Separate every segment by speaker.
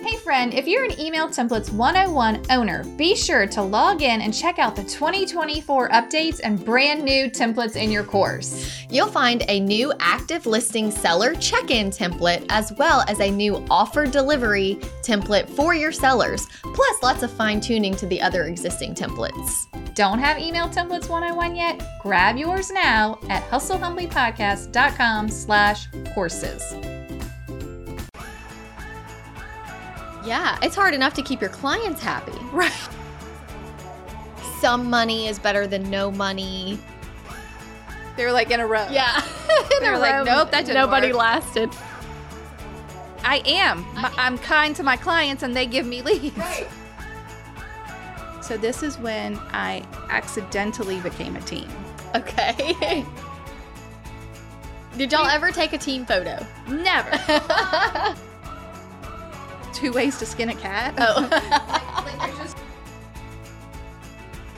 Speaker 1: Hey, friend, if you're an Email Templates 101 owner, be sure to log in and check out the 2024 updates and brand new templates in your course.
Speaker 2: You'll find a new active listing seller check in template as well as a new offer delivery template for your sellers, plus lots of fine tuning to the other existing templates.
Speaker 1: Don't have Email Templates 101 yet? Grab yours now at hustlehumblypodcast.com slash courses.
Speaker 2: Yeah, it's hard enough to keep your clients happy.
Speaker 1: Right.
Speaker 2: Some money is better than no money.
Speaker 1: They were like in a row.
Speaker 2: Yeah.
Speaker 1: They were like, nope, that didn't
Speaker 2: Nobody
Speaker 1: work.
Speaker 2: lasted.
Speaker 1: I am. My, I'm kind to my clients and they give me leads. So this is when I accidentally became a team.
Speaker 2: Okay. Did y'all ever take a team photo?
Speaker 1: Never.
Speaker 2: oh.
Speaker 1: Two ways to skin a cat.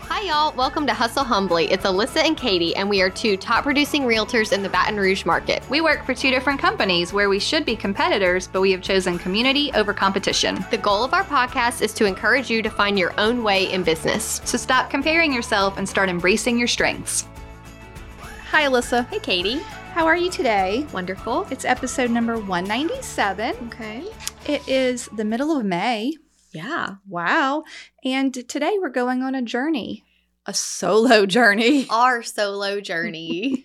Speaker 2: Hi, y'all. Welcome to Hustle Humbly. It's Alyssa and Katie, and we are two top producing realtors in the Baton Rouge market.
Speaker 1: We work for two different companies where we should be competitors, but we have chosen community over competition.
Speaker 2: The goal of our podcast is to encourage you to find your own way in business.
Speaker 1: So stop comparing yourself and start embracing your strengths. Hi, Alyssa.
Speaker 2: Hey, Katie.
Speaker 1: How are you today?
Speaker 2: Wonderful.
Speaker 1: It's episode number 197.
Speaker 2: Okay.
Speaker 1: It is the middle of May.
Speaker 2: Yeah.
Speaker 1: Wow. And today we're going on a journey, a solo journey.
Speaker 2: Our solo journey.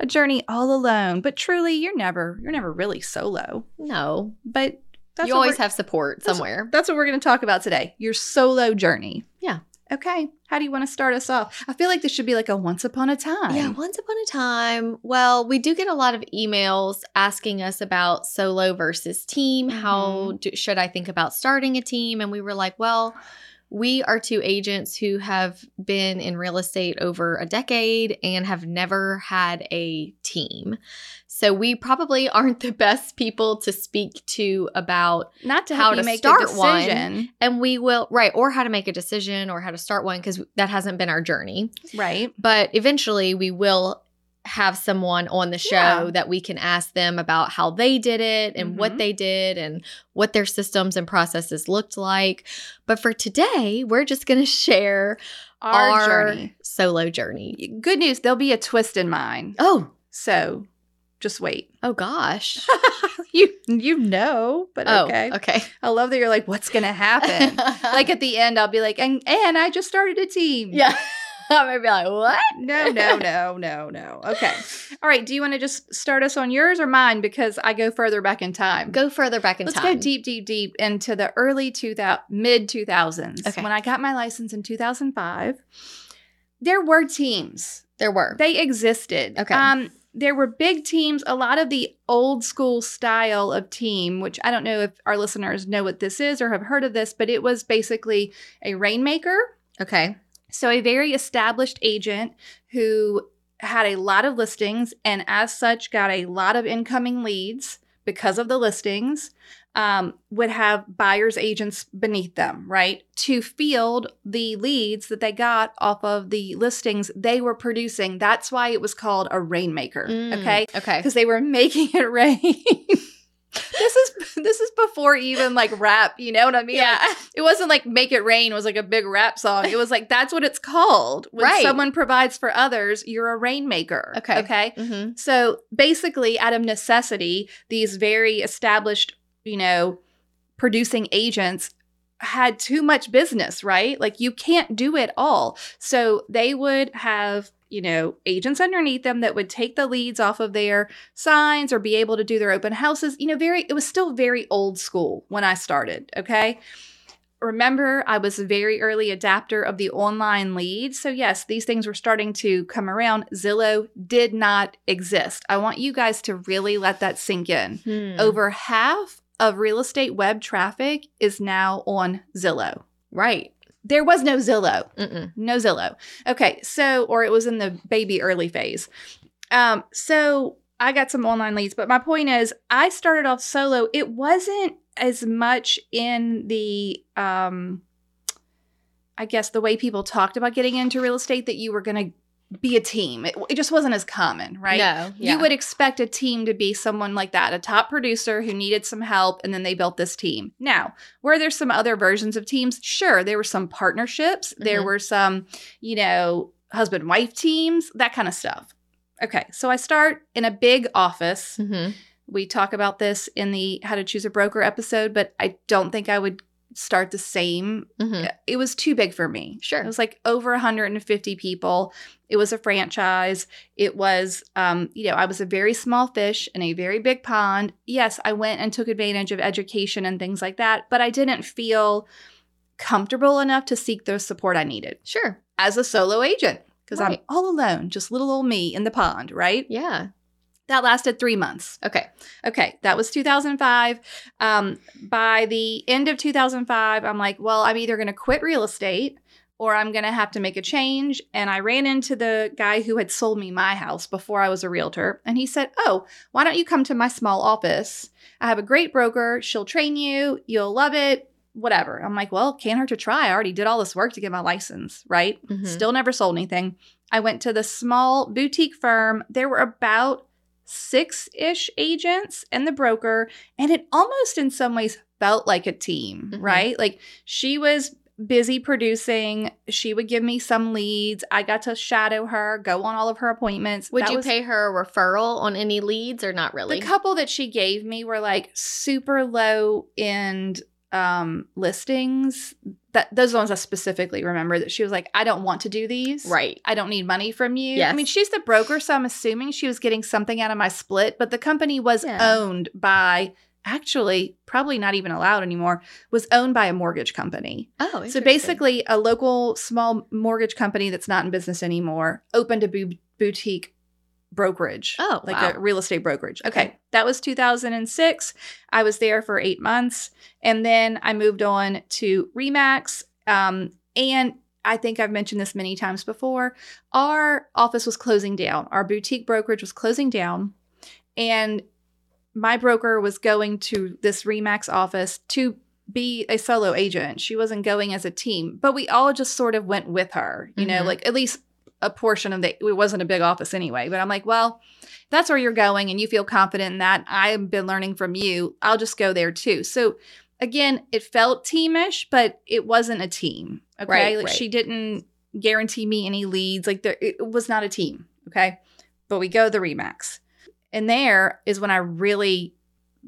Speaker 1: a journey all alone. But truly, you're never you're never really solo.
Speaker 2: no.
Speaker 1: But that's
Speaker 2: you
Speaker 1: what
Speaker 2: always
Speaker 1: we're-
Speaker 2: have support
Speaker 1: that's-
Speaker 2: somewhere.
Speaker 1: that's what we're going to talk about today. Your solo journey.
Speaker 2: Yeah.
Speaker 1: Okay. How do you want to start us off? I feel like this should be like a once upon a time.
Speaker 2: Yeah, once upon a time. Well, we do get a lot of emails asking us about solo versus team. How do, should I think about starting a team? And we were like, well, we are two agents who have been in real estate over a decade and have never had a team. So we probably aren't the best people to speak to about
Speaker 1: Not to
Speaker 2: How
Speaker 1: help you
Speaker 2: to
Speaker 1: make
Speaker 2: start
Speaker 1: a decision.
Speaker 2: and we will right or how to make a decision or how to start one cuz that hasn't been our journey.
Speaker 1: Right.
Speaker 2: but eventually we will have someone on the show
Speaker 1: Yeah.
Speaker 2: that we can ask them about how they did it and
Speaker 1: Mhm.
Speaker 2: what they did and what their systems and processes looked like. But for today, we're just going to share
Speaker 1: Our,
Speaker 2: our,
Speaker 1: journey.
Speaker 2: solo journey.
Speaker 1: Good news, there'll be a twist in mine.
Speaker 2: Oh,
Speaker 1: So just wait.
Speaker 2: oh gosh.
Speaker 1: you you know, but
Speaker 2: oh,
Speaker 1: okay.
Speaker 2: okay. Okay.
Speaker 1: I love that you're like, what's gonna happen? like at the end, I'll be like, and and I just started a team.
Speaker 2: yeah. I'm going to be like, what?
Speaker 1: No, no, no, no, no. Okay. All right. Do you want to just start us on yours or mine? Because I go further back in time.
Speaker 2: Go further back in
Speaker 1: Let's
Speaker 2: time.
Speaker 1: go deep, deep, deep into the early 2000, mid 2000s.
Speaker 2: Okay.
Speaker 1: When I got my license in 2005, there were teams.
Speaker 2: There were.
Speaker 1: They existed.
Speaker 2: Okay.
Speaker 1: Um, there were big teams, a lot of the old school style of team, which I don't know if our listeners know what this is or have heard of this, but it was basically a rainmaker.
Speaker 2: okay.
Speaker 1: So, a very established agent who had a lot of listings and, as such, got a lot of incoming leads because of the listings, um, would have buyer's agents beneath them, right? To field the leads that they got off of the listings they were producing. That's why it was called a rainmaker,
Speaker 2: Mm,
Speaker 1: okay?
Speaker 2: Okay.
Speaker 1: Because they were making it rain. this is this is before even like rap, you know what I mean? Like, it wasn't like make it rain was like a big rap song it was like that's what it's called when
Speaker 2: Right.
Speaker 1: someone provides for others you're a rainmaker
Speaker 2: Okay.
Speaker 1: okay
Speaker 2: hmm
Speaker 1: so basically out of necessity these very established you know producing agents had too much business right like you can't do it all so they would have you know agents underneath them that would take the leads off of their signs or be able to do their open houses you know very it was still very old school when i started okay remember I was a very early adapter of the online lead. So, yes, these things were starting to come around. Zillow did not exist. I want you guys to really let that sink in.
Speaker 2: Hmm. Oh,
Speaker 1: Over half of real estate web traffic is now on Zillow.
Speaker 2: Right.
Speaker 1: There was no Zillow.
Speaker 2: Mm-mm.
Speaker 1: No Zillow. Okay, so or it was in the baby early phase. Um, so I got some online leads, but my point is, I started off solo. It wasn't as much in the, um, I guess, the way people talked about getting into real estate that you were going to be a team. It, it just wasn't as common, right?
Speaker 2: No. Yeah.
Speaker 1: You would expect a team to be someone like that, a top producer who needed some help, and then they built this team. Now, were there some other versions of teams? Sure, there were some partnerships, there
Speaker 2: Mhm.
Speaker 1: were some, you know, husband wife teams, that kind of stuff. Okay, so I start in a big office.
Speaker 2: Mhm.
Speaker 1: We talk about this in the How to Choose a Broker episode, but I don't think I would start the same
Speaker 2: Mhm.
Speaker 1: it was too big for me.
Speaker 2: Sure.
Speaker 1: It was like over 150 people. It was a franchise. It was, um, you know, I was a very small fish in a very big pond. Yes, I went and took advantage of education and things like that, but I didn't feel comfortable enough to seek the support I needed
Speaker 2: Sure.
Speaker 1: as a solo agent because I'm
Speaker 2: Right.
Speaker 1: all alone, just little old me in the pond, right?
Speaker 2: Yeah.
Speaker 1: That lasted three months.
Speaker 2: Okay.
Speaker 1: Okay, that was 2005. Um, by the end of 2005, I'm like, well, I'm either going to quit real estate or I'm going to have to make a change. And I ran into the guy who had sold me my house before I was a realtor. And he said, oh, why don't you come to my small office? I have a great broker. She'll train you. You'll love it. Whatever. I'm like, well, can't hurt to try. I already did all this work to get my license, right?
Speaker 2: Mhm.
Speaker 1: Still never sold anything. I went to the small boutique firm. There were about six ish agents and the broker, and it almost in some ways felt like a team,
Speaker 2: Mhm.
Speaker 1: right? Like she was busy producing. She would give me some leads. I got to shadow her, go on all of her appointments.
Speaker 2: Would
Speaker 1: That
Speaker 2: you
Speaker 1: was-
Speaker 2: pay her a referral on any leads or not really?
Speaker 1: the couple that she gave me were like super low end um listings. That those are the ones I specifically remember that she was like, I don't want to do these.
Speaker 2: right.
Speaker 1: I don't need money from you. I
Speaker 2: Yes.
Speaker 1: mean, she's the broker, so I'm assuming she was getting something out of my split, but the company was
Speaker 2: Yeah.
Speaker 1: owned by actually probably not even allowed anymore, was owned by a mortgage company.
Speaker 2: Oh.
Speaker 1: So
Speaker 2: interesting.
Speaker 1: basically, a local small mortgage company that's not in business anymore opened a bu- boutique brokerage.
Speaker 2: Oh,
Speaker 1: like
Speaker 2: wow.
Speaker 1: a real estate brokerage. Okay.
Speaker 2: Okay.
Speaker 1: That was 2006. I was there for eight months. And then I moved on to Remax. Um, and I think I've mentioned this many times before. Our office was closing down, our boutique brokerage was closing down. And my broker was going to this Remax office to be a solo agent. She wasn't going as a team, but we all just sort of went with her, you know,
Speaker 2: Mhm.
Speaker 1: like at least a portion of the, it wasn't a big office anyway. But I'm like, well, if that's where you're going and you feel confident in that. I've been learning from you. I'll just go there too. So again, it felt teamish, but it wasn't a team. Okay.
Speaker 2: Right,
Speaker 1: like
Speaker 2: right.
Speaker 1: she didn't guarantee me any leads. Like there, it was not a team. Okay. But we go the Remax. And there is when I really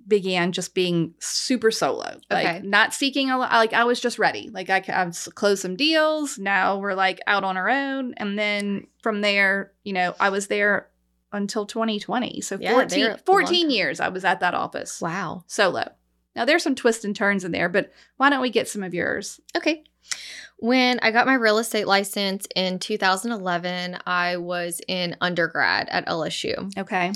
Speaker 1: began just being super solo, like
Speaker 2: Okay.
Speaker 1: not seeking a lot. Like I was just ready. Like I, c- I've s- closed some deals. Now we're like out on our own. And then from there, you know, I was there until 2020. So
Speaker 2: Yeah, they're a
Speaker 1: 14,
Speaker 2: long
Speaker 1: 14
Speaker 2: time.
Speaker 1: years I was at that office
Speaker 2: Wow.
Speaker 1: solo. Now there's some twists and turns in there, but why don't we get some of yours?
Speaker 2: Okay. When I got my real estate license in 2011, I was in undergrad at LSU
Speaker 1: Okay.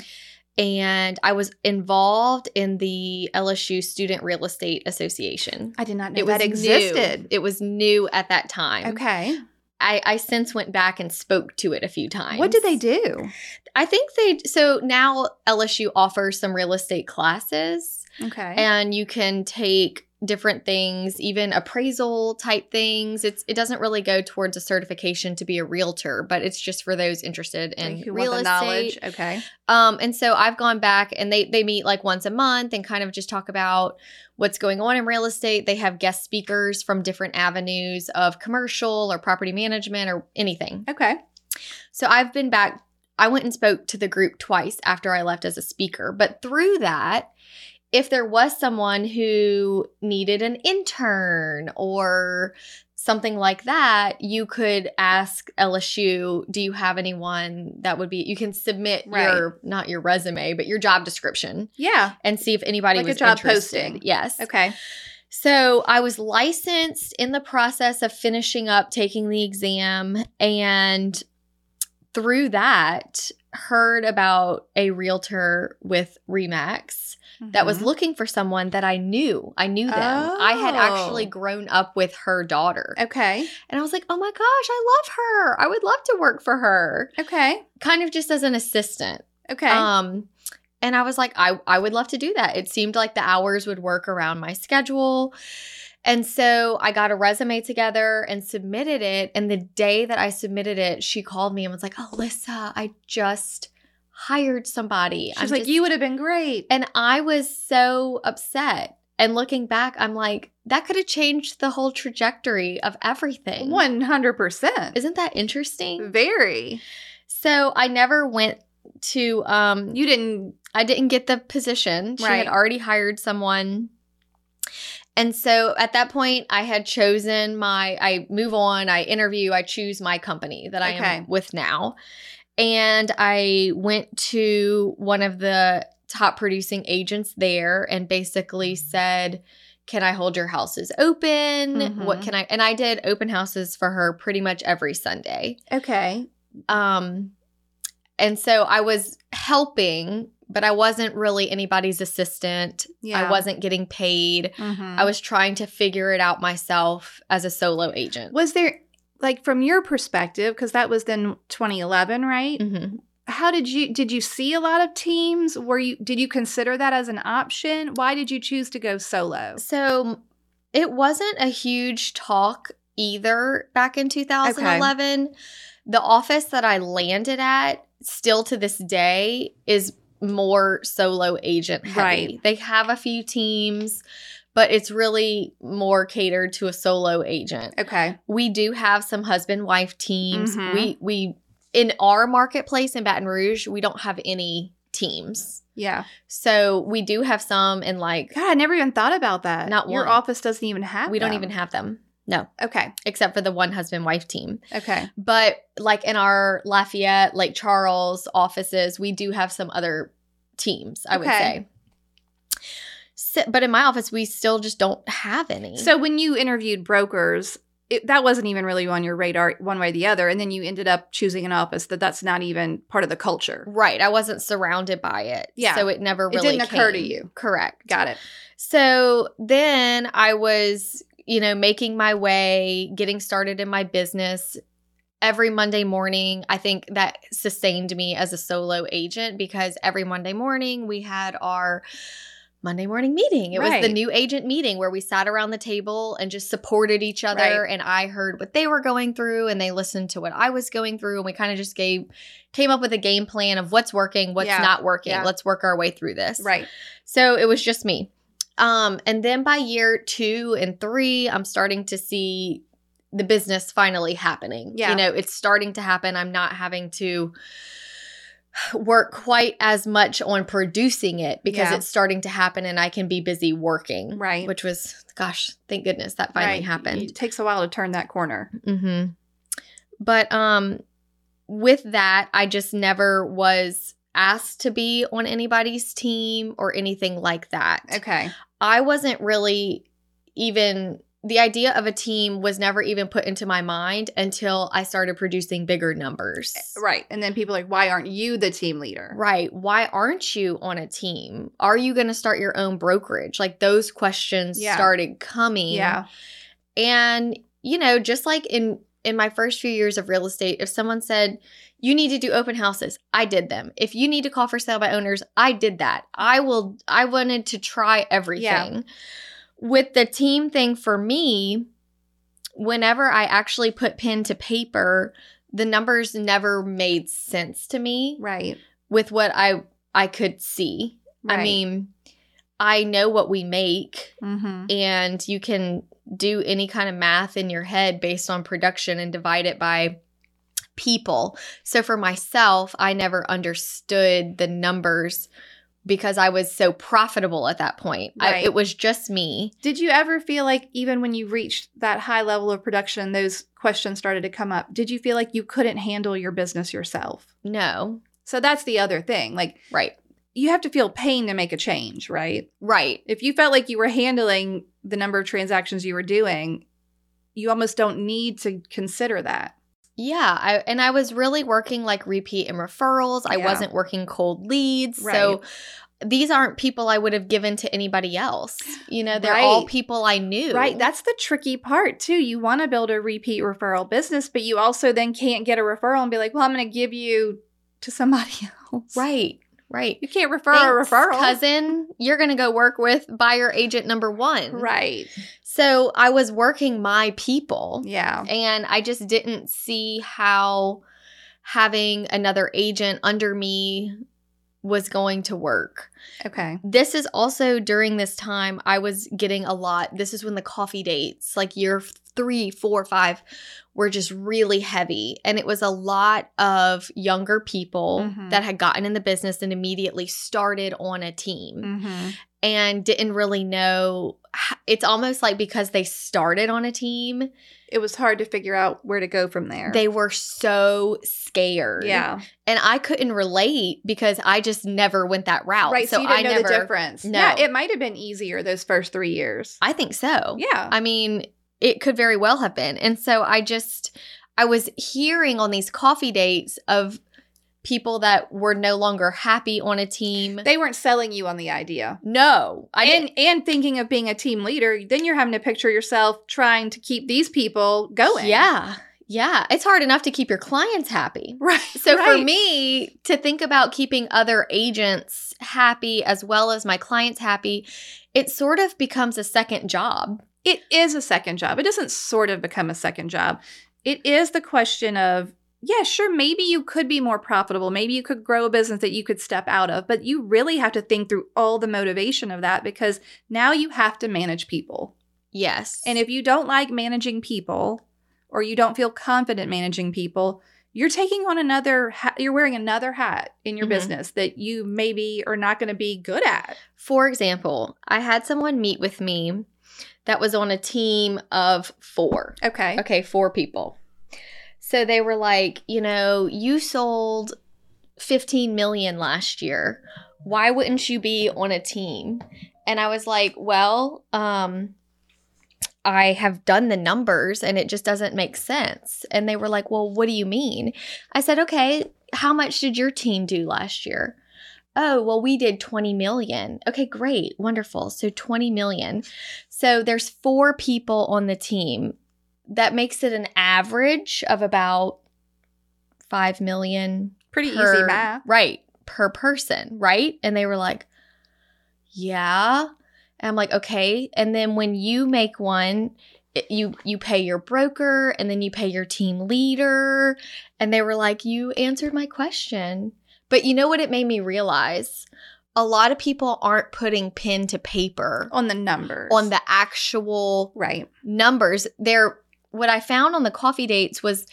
Speaker 2: and I was involved in the LSU Student Real Estate Association.
Speaker 1: I did not know
Speaker 2: was
Speaker 1: that
Speaker 2: new.
Speaker 1: existed.
Speaker 2: It was new at that time.
Speaker 1: Okay.
Speaker 2: I, I since went back and spoke to it a few times.
Speaker 1: What did they do?
Speaker 2: I think they so now LSU offers some real estate classes
Speaker 1: Okay.
Speaker 2: and you can take different things, even appraisal type things. It's it doesn't really go towards a certification to be a realtor, but it's just for those interested in
Speaker 1: Like, who
Speaker 2: real
Speaker 1: want the
Speaker 2: estate.
Speaker 1: knowledge. Okay.
Speaker 2: Um, and so I've gone back and they they meet like once a month and kind of just talk about what's going on in real estate. They have guest speakers from different avenues of commercial or property management or anything.
Speaker 1: Okay.
Speaker 2: So I've been back. I went and spoke to the group twice after I left as a speaker. But through that, if there was someone who needed an intern or something like that, you could ask LSU, do you have anyone that would be you can submit your not your resume, but your job description
Speaker 1: Yeah.
Speaker 2: and see if anybody
Speaker 1: Like a
Speaker 2: was
Speaker 1: job
Speaker 2: interested.
Speaker 1: posting.
Speaker 2: Yes.
Speaker 1: Okay.
Speaker 2: So I was licensed in the process of finishing up taking the exam and through that heard about a realtor with Remax that was
Speaker 1: Mhm.
Speaker 2: looking for someone that I knew. I knew them. I had actually
Speaker 1: Oh.
Speaker 2: grown up with her daughter.
Speaker 1: Mm-hmm. Okay.
Speaker 2: And I was like, "Oh my gosh, I love her. I would love to work for her."
Speaker 1: Okay.
Speaker 2: Kind of just as an assistant.
Speaker 1: Okay.
Speaker 2: Um, and I was like, I, I would love to do that. It seemed like the hours would work around my schedule. And so I got a resume together and submitted it. And the day that I submitted it, she called me and was like, Alyssa, I just hired somebody.
Speaker 1: She was
Speaker 2: I'm
Speaker 1: like,
Speaker 2: just-
Speaker 1: you would have been great.
Speaker 2: And I was so upset. And looking back, I'm like, that could have changed the whole trajectory of everything.
Speaker 1: 100%.
Speaker 2: Isn't that interesting?
Speaker 1: Very.
Speaker 2: So I never went to um
Speaker 1: You didn't.
Speaker 2: I didn't get the position. She
Speaker 1: Right.
Speaker 2: had already hired someone. And so at that point, I had chosen my, I move on, I interview, I choose my company that I
Speaker 1: Okay.
Speaker 2: am with now. And I went to one of the top producing agents there and
Speaker 1: Mm.
Speaker 2: basically said, Can I hold your houses open? What
Speaker 1: Mhm.
Speaker 2: can I? And I did open houses for her pretty much every Sunday
Speaker 1: Okay.
Speaker 2: um and so i was helping but i wasn't really anybody's assistant
Speaker 1: Yeah.
Speaker 2: i wasn't getting paid
Speaker 1: Mhm.
Speaker 2: i was trying to figure it out myself as a solo agent
Speaker 1: Was there, like, from your perspective, because that was then 2011, right?
Speaker 2: Mhm.
Speaker 1: How did you did you see a lot of teams? Were you did you consider that as an option? Why did you choose to go solo?
Speaker 2: so it wasn't a huge talk either back in 2011 the office that i landed at still to this day is more solo agent heavy.
Speaker 1: Right.
Speaker 2: they have a few teams but it's really more catered to a solo agent
Speaker 1: Okay.
Speaker 2: we do have some husband wife teams.
Speaker 1: Mhm.
Speaker 2: We we in our marketplace in Baton Rouge, we don't have any teams.
Speaker 1: Yeah.
Speaker 2: So we do have some in like
Speaker 1: God, I never even thought about that.
Speaker 2: Not
Speaker 1: your
Speaker 2: one.
Speaker 1: office doesn't even have.
Speaker 2: we don't
Speaker 1: them.
Speaker 2: even have them. No,
Speaker 1: Okay.
Speaker 2: except for the one husband wife team.
Speaker 1: Okay.
Speaker 2: But like in our Lafayette, Lake Charles offices, we do have some other teams, I would
Speaker 1: Okay.
Speaker 2: say. So, but in my office, we still just don't have any.
Speaker 1: So when you interviewed brokers, it, that wasn't even really on your radar one way or the other, and then you ended up choosing an office that that's not even part of the culture.
Speaker 2: right, I wasn't surrounded by it.
Speaker 1: Yeah.
Speaker 2: So it never
Speaker 1: It
Speaker 2: really
Speaker 1: didn't occur to
Speaker 2: came.
Speaker 1: you.
Speaker 2: Correct.
Speaker 1: Got it.
Speaker 2: So then I was, you know, making my way, getting started in my business every Monday morning. I think that sustained me as a solo agent because every Monday morning we had our Monday morning meeting. It was
Speaker 1: Right.
Speaker 2: the new agent meeting where we sat around the table and just supported each other.
Speaker 1: Right.
Speaker 2: And I heard what they were going through and they listened to what I was going through. And we kind of just gave, came up with a game plan of what's working, what's
Speaker 1: Yeah.
Speaker 2: not working.
Speaker 1: Yeah.
Speaker 2: Let's work our way through this.
Speaker 1: Right.
Speaker 2: So it was just me. Um, and then by year two and three, I'm starting to see the business finally happening.
Speaker 1: Yeah.
Speaker 2: You know, it's starting to happen. I'm not having to work quite as much on producing it because
Speaker 1: Yeah.
Speaker 2: it's starting to happen and I can be busy working.
Speaker 1: Right.
Speaker 2: Which was, gosh, thank goodness that finally
Speaker 1: Right.
Speaker 2: happened.
Speaker 1: It takes a while to turn that corner.
Speaker 2: Mm-hmm. But um, with that, I just never was asked to be on anybody's team or anything like that.
Speaker 1: Okay.
Speaker 2: I wasn't really even the idea of a team was never even put into my mind until I started producing bigger numbers.
Speaker 1: Eh, Right. And then people are like, why aren't you the team leader?
Speaker 2: Right. Why aren't you on a team? Are you going to start your own brokerage? Like those questions
Speaker 1: Yeah.
Speaker 2: started coming.
Speaker 1: Yeah.
Speaker 2: and you know just like in in my first few years of real estate if someone said you need to do open houses i did them if you need to call for sale by owners i did that i will i wanted to try everything with the team thing for me whenever i actually put pen to paper the numbers never made sense to me
Speaker 1: Right.
Speaker 2: with what i i could see
Speaker 1: right.
Speaker 2: i mean i know what we make
Speaker 1: Mhm.
Speaker 2: and you can do any kind of math in your head based on production and divide it by people. So for myself, I never understood the numbers because I was so profitable at that point. I-
Speaker 1: Right.
Speaker 2: it was just me.
Speaker 1: Did you ever feel like, even when you reached that high level of production, those questions started to come up? Did you feel like you couldn't handle your business yourself?
Speaker 2: No.
Speaker 1: So that's the other thing. Like,
Speaker 2: Right.
Speaker 1: you have to feel pain to make a change, right?
Speaker 2: Right.
Speaker 1: If you felt like you were handling the number of transactions you were doing, you almost don't need to consider that.
Speaker 2: Yeah, I and I was really working like repeat and referrals. I
Speaker 1: Yeah.
Speaker 2: wasn't working cold leads. So these aren't people I would have given to anybody else. You know, they're all
Speaker 1: Right.
Speaker 2: people I knew.
Speaker 1: Right. That's the tricky part, too. You want to build a repeat referral business, but you also then can't get a referral and be like, well, I'm going to give you to somebody else.
Speaker 2: Right. Right.
Speaker 1: You can't refer
Speaker 2: Thanks,
Speaker 1: a referral.
Speaker 2: Cousin, you're going to go work with buyer agent number one.
Speaker 1: Right.
Speaker 2: So I was working my people
Speaker 1: Yeah.
Speaker 2: and I just didn't see how having another agent under me was going to work.
Speaker 1: Okay.
Speaker 2: This is also during this time I was getting a lot. This is when the coffee dates, like year three, four, five, were just really heavy. And it was a lot of younger people
Speaker 1: Mhm.
Speaker 2: that had gotten in the business and immediately started on a team
Speaker 1: Mm-hmm.
Speaker 2: and didn't really know. h- It's almost like because they started on a team,
Speaker 1: It was hard to figure out where to go from there.
Speaker 2: they were so scared.
Speaker 1: yeah.
Speaker 2: And I couldn't relate because I just never went that route.
Speaker 1: Right. So, you
Speaker 2: I
Speaker 1: didn't know
Speaker 2: never
Speaker 1: the difference.
Speaker 2: No.
Speaker 1: Yeah. It might have been easier those first three years.
Speaker 2: I think so.
Speaker 1: yeah.
Speaker 2: Oh. I mean, it could very well have been. And so I just, I was hearing on these coffee dates of people that were no longer happy on a team.
Speaker 1: they weren't selling you on the idea.
Speaker 2: no, I didn't.
Speaker 1: and and thinking of being a team leader, then you're having to picture yourself trying to keep these people going.
Speaker 2: Yeah. Yeah. It's hard enough to keep your clients happy.
Speaker 1: Right.
Speaker 2: So for
Speaker 1: right.
Speaker 2: me to think about keeping other agents happy as well as my clients happy, it sort of becomes a second job.
Speaker 1: it is a second job. It doesn't sort of become a second job. It is the question of, yeah, sure, maybe you could be more profitable. Maybe you could grow a business that you could step out of, but you really have to think through all the motivation of that because now you have to manage people.
Speaker 2: Yes.
Speaker 1: And if you don't like managing people or you don't feel confident managing people, you're taking on another hat, you're wearing another hat in your
Speaker 2: Mhm.
Speaker 1: business that you maybe are not going to be good at.
Speaker 2: For example, I had someone meet with me that was on a team of four.
Speaker 1: Okay.
Speaker 2: Okay, four people. So they were like, you know, you sold 15 million last year. Why wouldn't you be on a team? And I was like, well, um, I have done the numbers and it just doesn't make sense. And they were like, well, what do you mean? I said, okay, how much did your team do last year? Oh, well, we did 20 million. Okay, great. Wonderful. So 20 million. So there's four people on the team. That makes it an average of about 5 million
Speaker 1: Pretty easy
Speaker 2: per-
Speaker 1: math.
Speaker 2: Right. Per person, right? And they were like, yeah. And I'm like, okay. And then when you make one, it- you you pay your broker and then you pay your team leader and they were like you answered my question but you know what it made me realize a lot of people aren't putting pen to paper
Speaker 1: on the numbers.
Speaker 2: on the actual
Speaker 1: right.
Speaker 2: numbers there what i found on the coffee dates was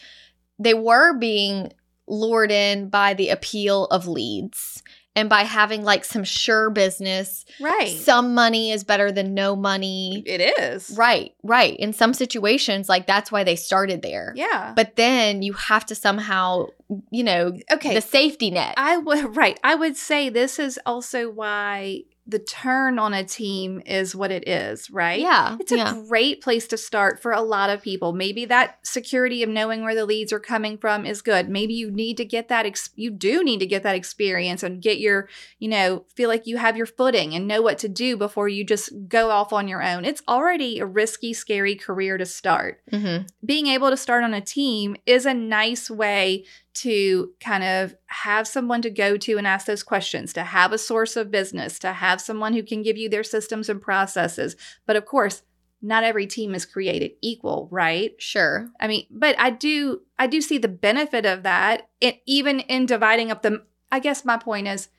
Speaker 2: they were being lured in by the appeal of leads and by having like some sure business
Speaker 1: Right.
Speaker 2: some money is better than no money
Speaker 1: it is.
Speaker 2: right right in some situations like that's why they started there
Speaker 1: Yeah.
Speaker 2: but then you have to somehow you know
Speaker 1: Okay.
Speaker 2: the safety net
Speaker 1: I would right. I would say this is also why the turn on a team is what it is, right?
Speaker 2: yeah
Speaker 1: It's a
Speaker 2: yeah.
Speaker 1: great place to start for a lot of people. Maybe that security of knowing where the leads are coming from is good. Maybe you need to get that ex- you do need to get that experience and get your, you know, feel like you have your footing and know what to do before you just go off on your own. It's already a risky, scary career to start
Speaker 2: Mhm.
Speaker 1: being able to start on a team is a nice way to kind of have someone to go to and ask those questions, to have a source of business, to have someone who can give you their systems and processes. But of course, not every team is created equal, right?
Speaker 2: sure
Speaker 1: I mean, but I do I do see the benefit of that. It, even in dividing up the I guess my point is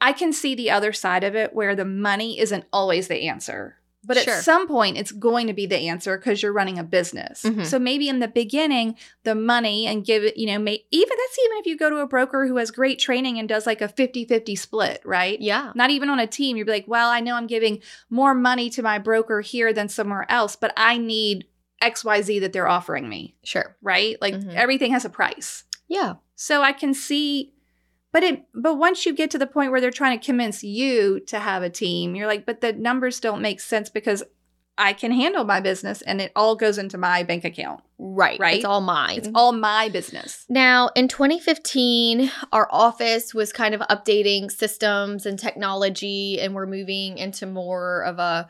Speaker 1: I can see the other side of it where the money isn't always the answer. But
Speaker 2: Sure.
Speaker 1: at some point it's going to be the answer cuz you're running a business.
Speaker 2: Mhm.
Speaker 1: So maybe in the beginning the money and give it, you know, may, even that's even if you go to a broker who has great training and does like a 50-50 split, right?
Speaker 2: yeah
Speaker 1: Not even on a team. You'd be like, well, I know I'm giving more money to my broker here than somewhere else, but I need XYZ that they're offering me,
Speaker 2: sure
Speaker 1: right? Like
Speaker 2: Mhm.
Speaker 1: everything has a price.
Speaker 2: yeah
Speaker 1: So I can see but it but once you get to the point where they're trying to convince you to have a team, you're like, but the numbers don't make sense because I can handle my business and it all goes into my bank account.
Speaker 2: right
Speaker 1: Right?
Speaker 2: it's all mine
Speaker 1: It's all my business.
Speaker 2: Now, in 2015, our office was kind of updating systems and technology, and we're moving into more of a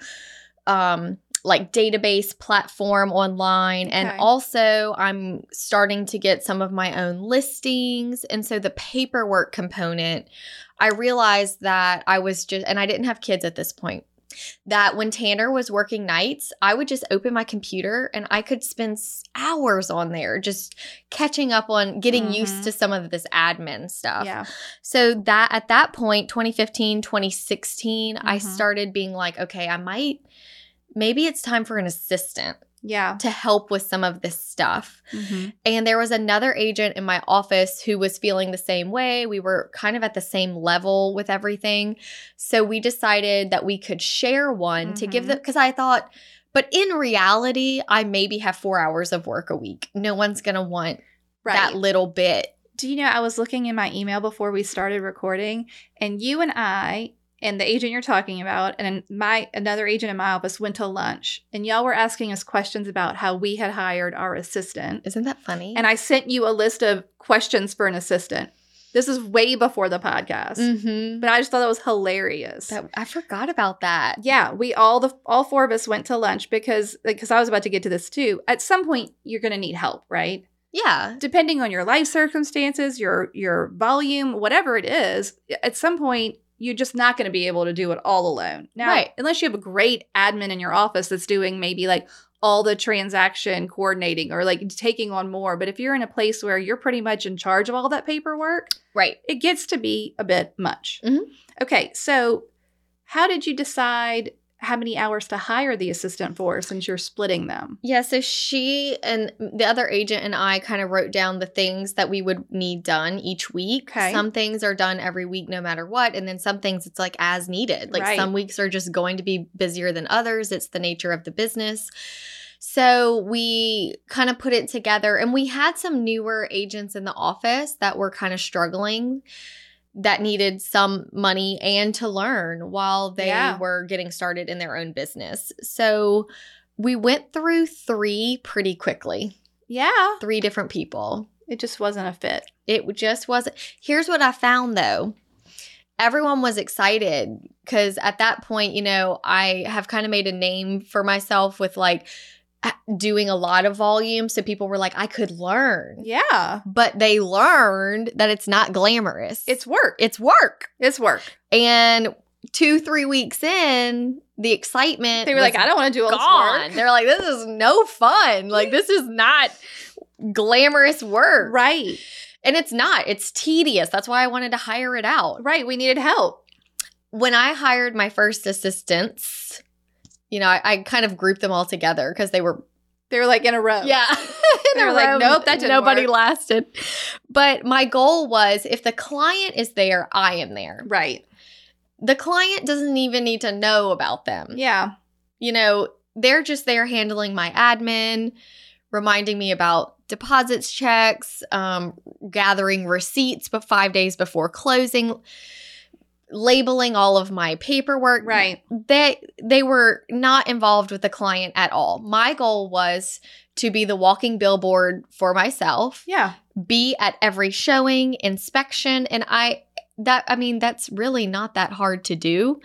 Speaker 2: um, like database platform online. And
Speaker 1: Okay.
Speaker 2: also, I'm starting to get some of my own listings. And so, the paperwork component I realized that I was just, and I didn't have kids at this point, that when Tanner was working nights, I would just open my computer and I could spend s- hours on there just catching up on getting used
Speaker 1: Mhm.
Speaker 2: to some of this admin stuff.
Speaker 1: Yeah.
Speaker 2: So that at that point, 2015, 2016, I
Speaker 1: Mhm.
Speaker 2: started being like, okay, I might, maybe it's time for an assistant
Speaker 1: Yeah.
Speaker 2: to help with some of this stuff.
Speaker 1: Mhm.
Speaker 2: And there was another agent in my office who was feeling the same way. We were kind of at the same level with everything. So we decided that we could share one to give
Speaker 1: Mhm.
Speaker 2: them, because I thought, but in reality, I maybe have four hours of work a week. No one's going to want
Speaker 1: Right.
Speaker 2: that little bit.
Speaker 1: Do you know, I was looking in my email before we started recording, and you and I and the agent you're talking about and my another agent in my office went to lunch and y'all were asking us questions about how we had hired our assistant.
Speaker 2: Isn't that funny?
Speaker 1: And I sent you a list of questions for an assistant. This is way before the podcast.
Speaker 2: Mhm.
Speaker 1: But I just thought that was hilarious.
Speaker 2: That, I forgot about that.
Speaker 1: yeah, we all the all four of us went to lunch because because I was about to get to this too. At some point you're going to need help, right?
Speaker 2: Yeah.
Speaker 1: depending on your life circumstances, your your volume, whatever it is, at some point you're just not going to be able to do it all alone. Now,
Speaker 2: Right.
Speaker 1: unless you have a great admin in your office that's doing maybe like all the transaction coordinating or like taking on more, but if you're in a place where you're pretty much in charge of all that paperwork,
Speaker 2: Right.
Speaker 1: it gets to be a bit much.
Speaker 2: Mhm.
Speaker 1: Okay, so how did you decide how many hours to hire the assistant for since you're splitting them?
Speaker 2: Yeah, so she and the other agent and I kind of wrote down the things that we would need done each week.
Speaker 1: Okay.
Speaker 2: Some things are done every week no matter what, and then some things it's like as needed. Like
Speaker 1: Right.
Speaker 2: some weeks are just going to be busier than others. It's the nature of the business. So we kind of put it together and we had some newer agents in the office that were kind of struggling that needed some money and to learn while they
Speaker 1: Yeah.
Speaker 2: were getting started in their own business. So we went through three pretty quickly,
Speaker 1: Yeah,
Speaker 2: three different people.
Speaker 1: it just wasn't a fit.
Speaker 2: It just wasn't. Here's what I found though everyone was excited because at that point, you know, I have kind of made a name for myself with like a- doing a lot of volume. So people were like, I could learn.
Speaker 1: Yeah.
Speaker 2: But they learned that it's not glamorous.
Speaker 1: It's work.
Speaker 2: it's work.
Speaker 1: It's work.
Speaker 2: And two, three weeks in, the excitement
Speaker 1: They were
Speaker 2: was
Speaker 1: like, I don't want to do all
Speaker 2: gone.
Speaker 1: this work.
Speaker 2: They're like, this is no fun. Like, this is not glamorous work.
Speaker 1: Right.
Speaker 2: And it's not, it's tedious. That's why I wanted to hire it out.
Speaker 1: Right. We needed help.
Speaker 2: When I hired my first assistants, you know, I, I kind of grouped them all together because they were
Speaker 1: They were like in a row.
Speaker 2: yeah.
Speaker 1: They
Speaker 2: In a
Speaker 1: were like,
Speaker 2: row,
Speaker 1: nope, that didn't
Speaker 2: Nobody
Speaker 1: work.
Speaker 2: lasted. But my goal was if the client is there, I am there.
Speaker 1: Right.
Speaker 2: The client doesn't even need to know about them.
Speaker 1: Yeah.
Speaker 2: you know, they're just there handling my admin, reminding me about deposits checks, um, gathering receipts, but five days before closing, labeling all of my paperwork.
Speaker 1: Right.
Speaker 2: They they were not involved with the client at all. My goal was to be the walking billboard for myself,
Speaker 1: Yeah.
Speaker 2: be at every showing, inspection, and I that I mean that's really not that hard to do.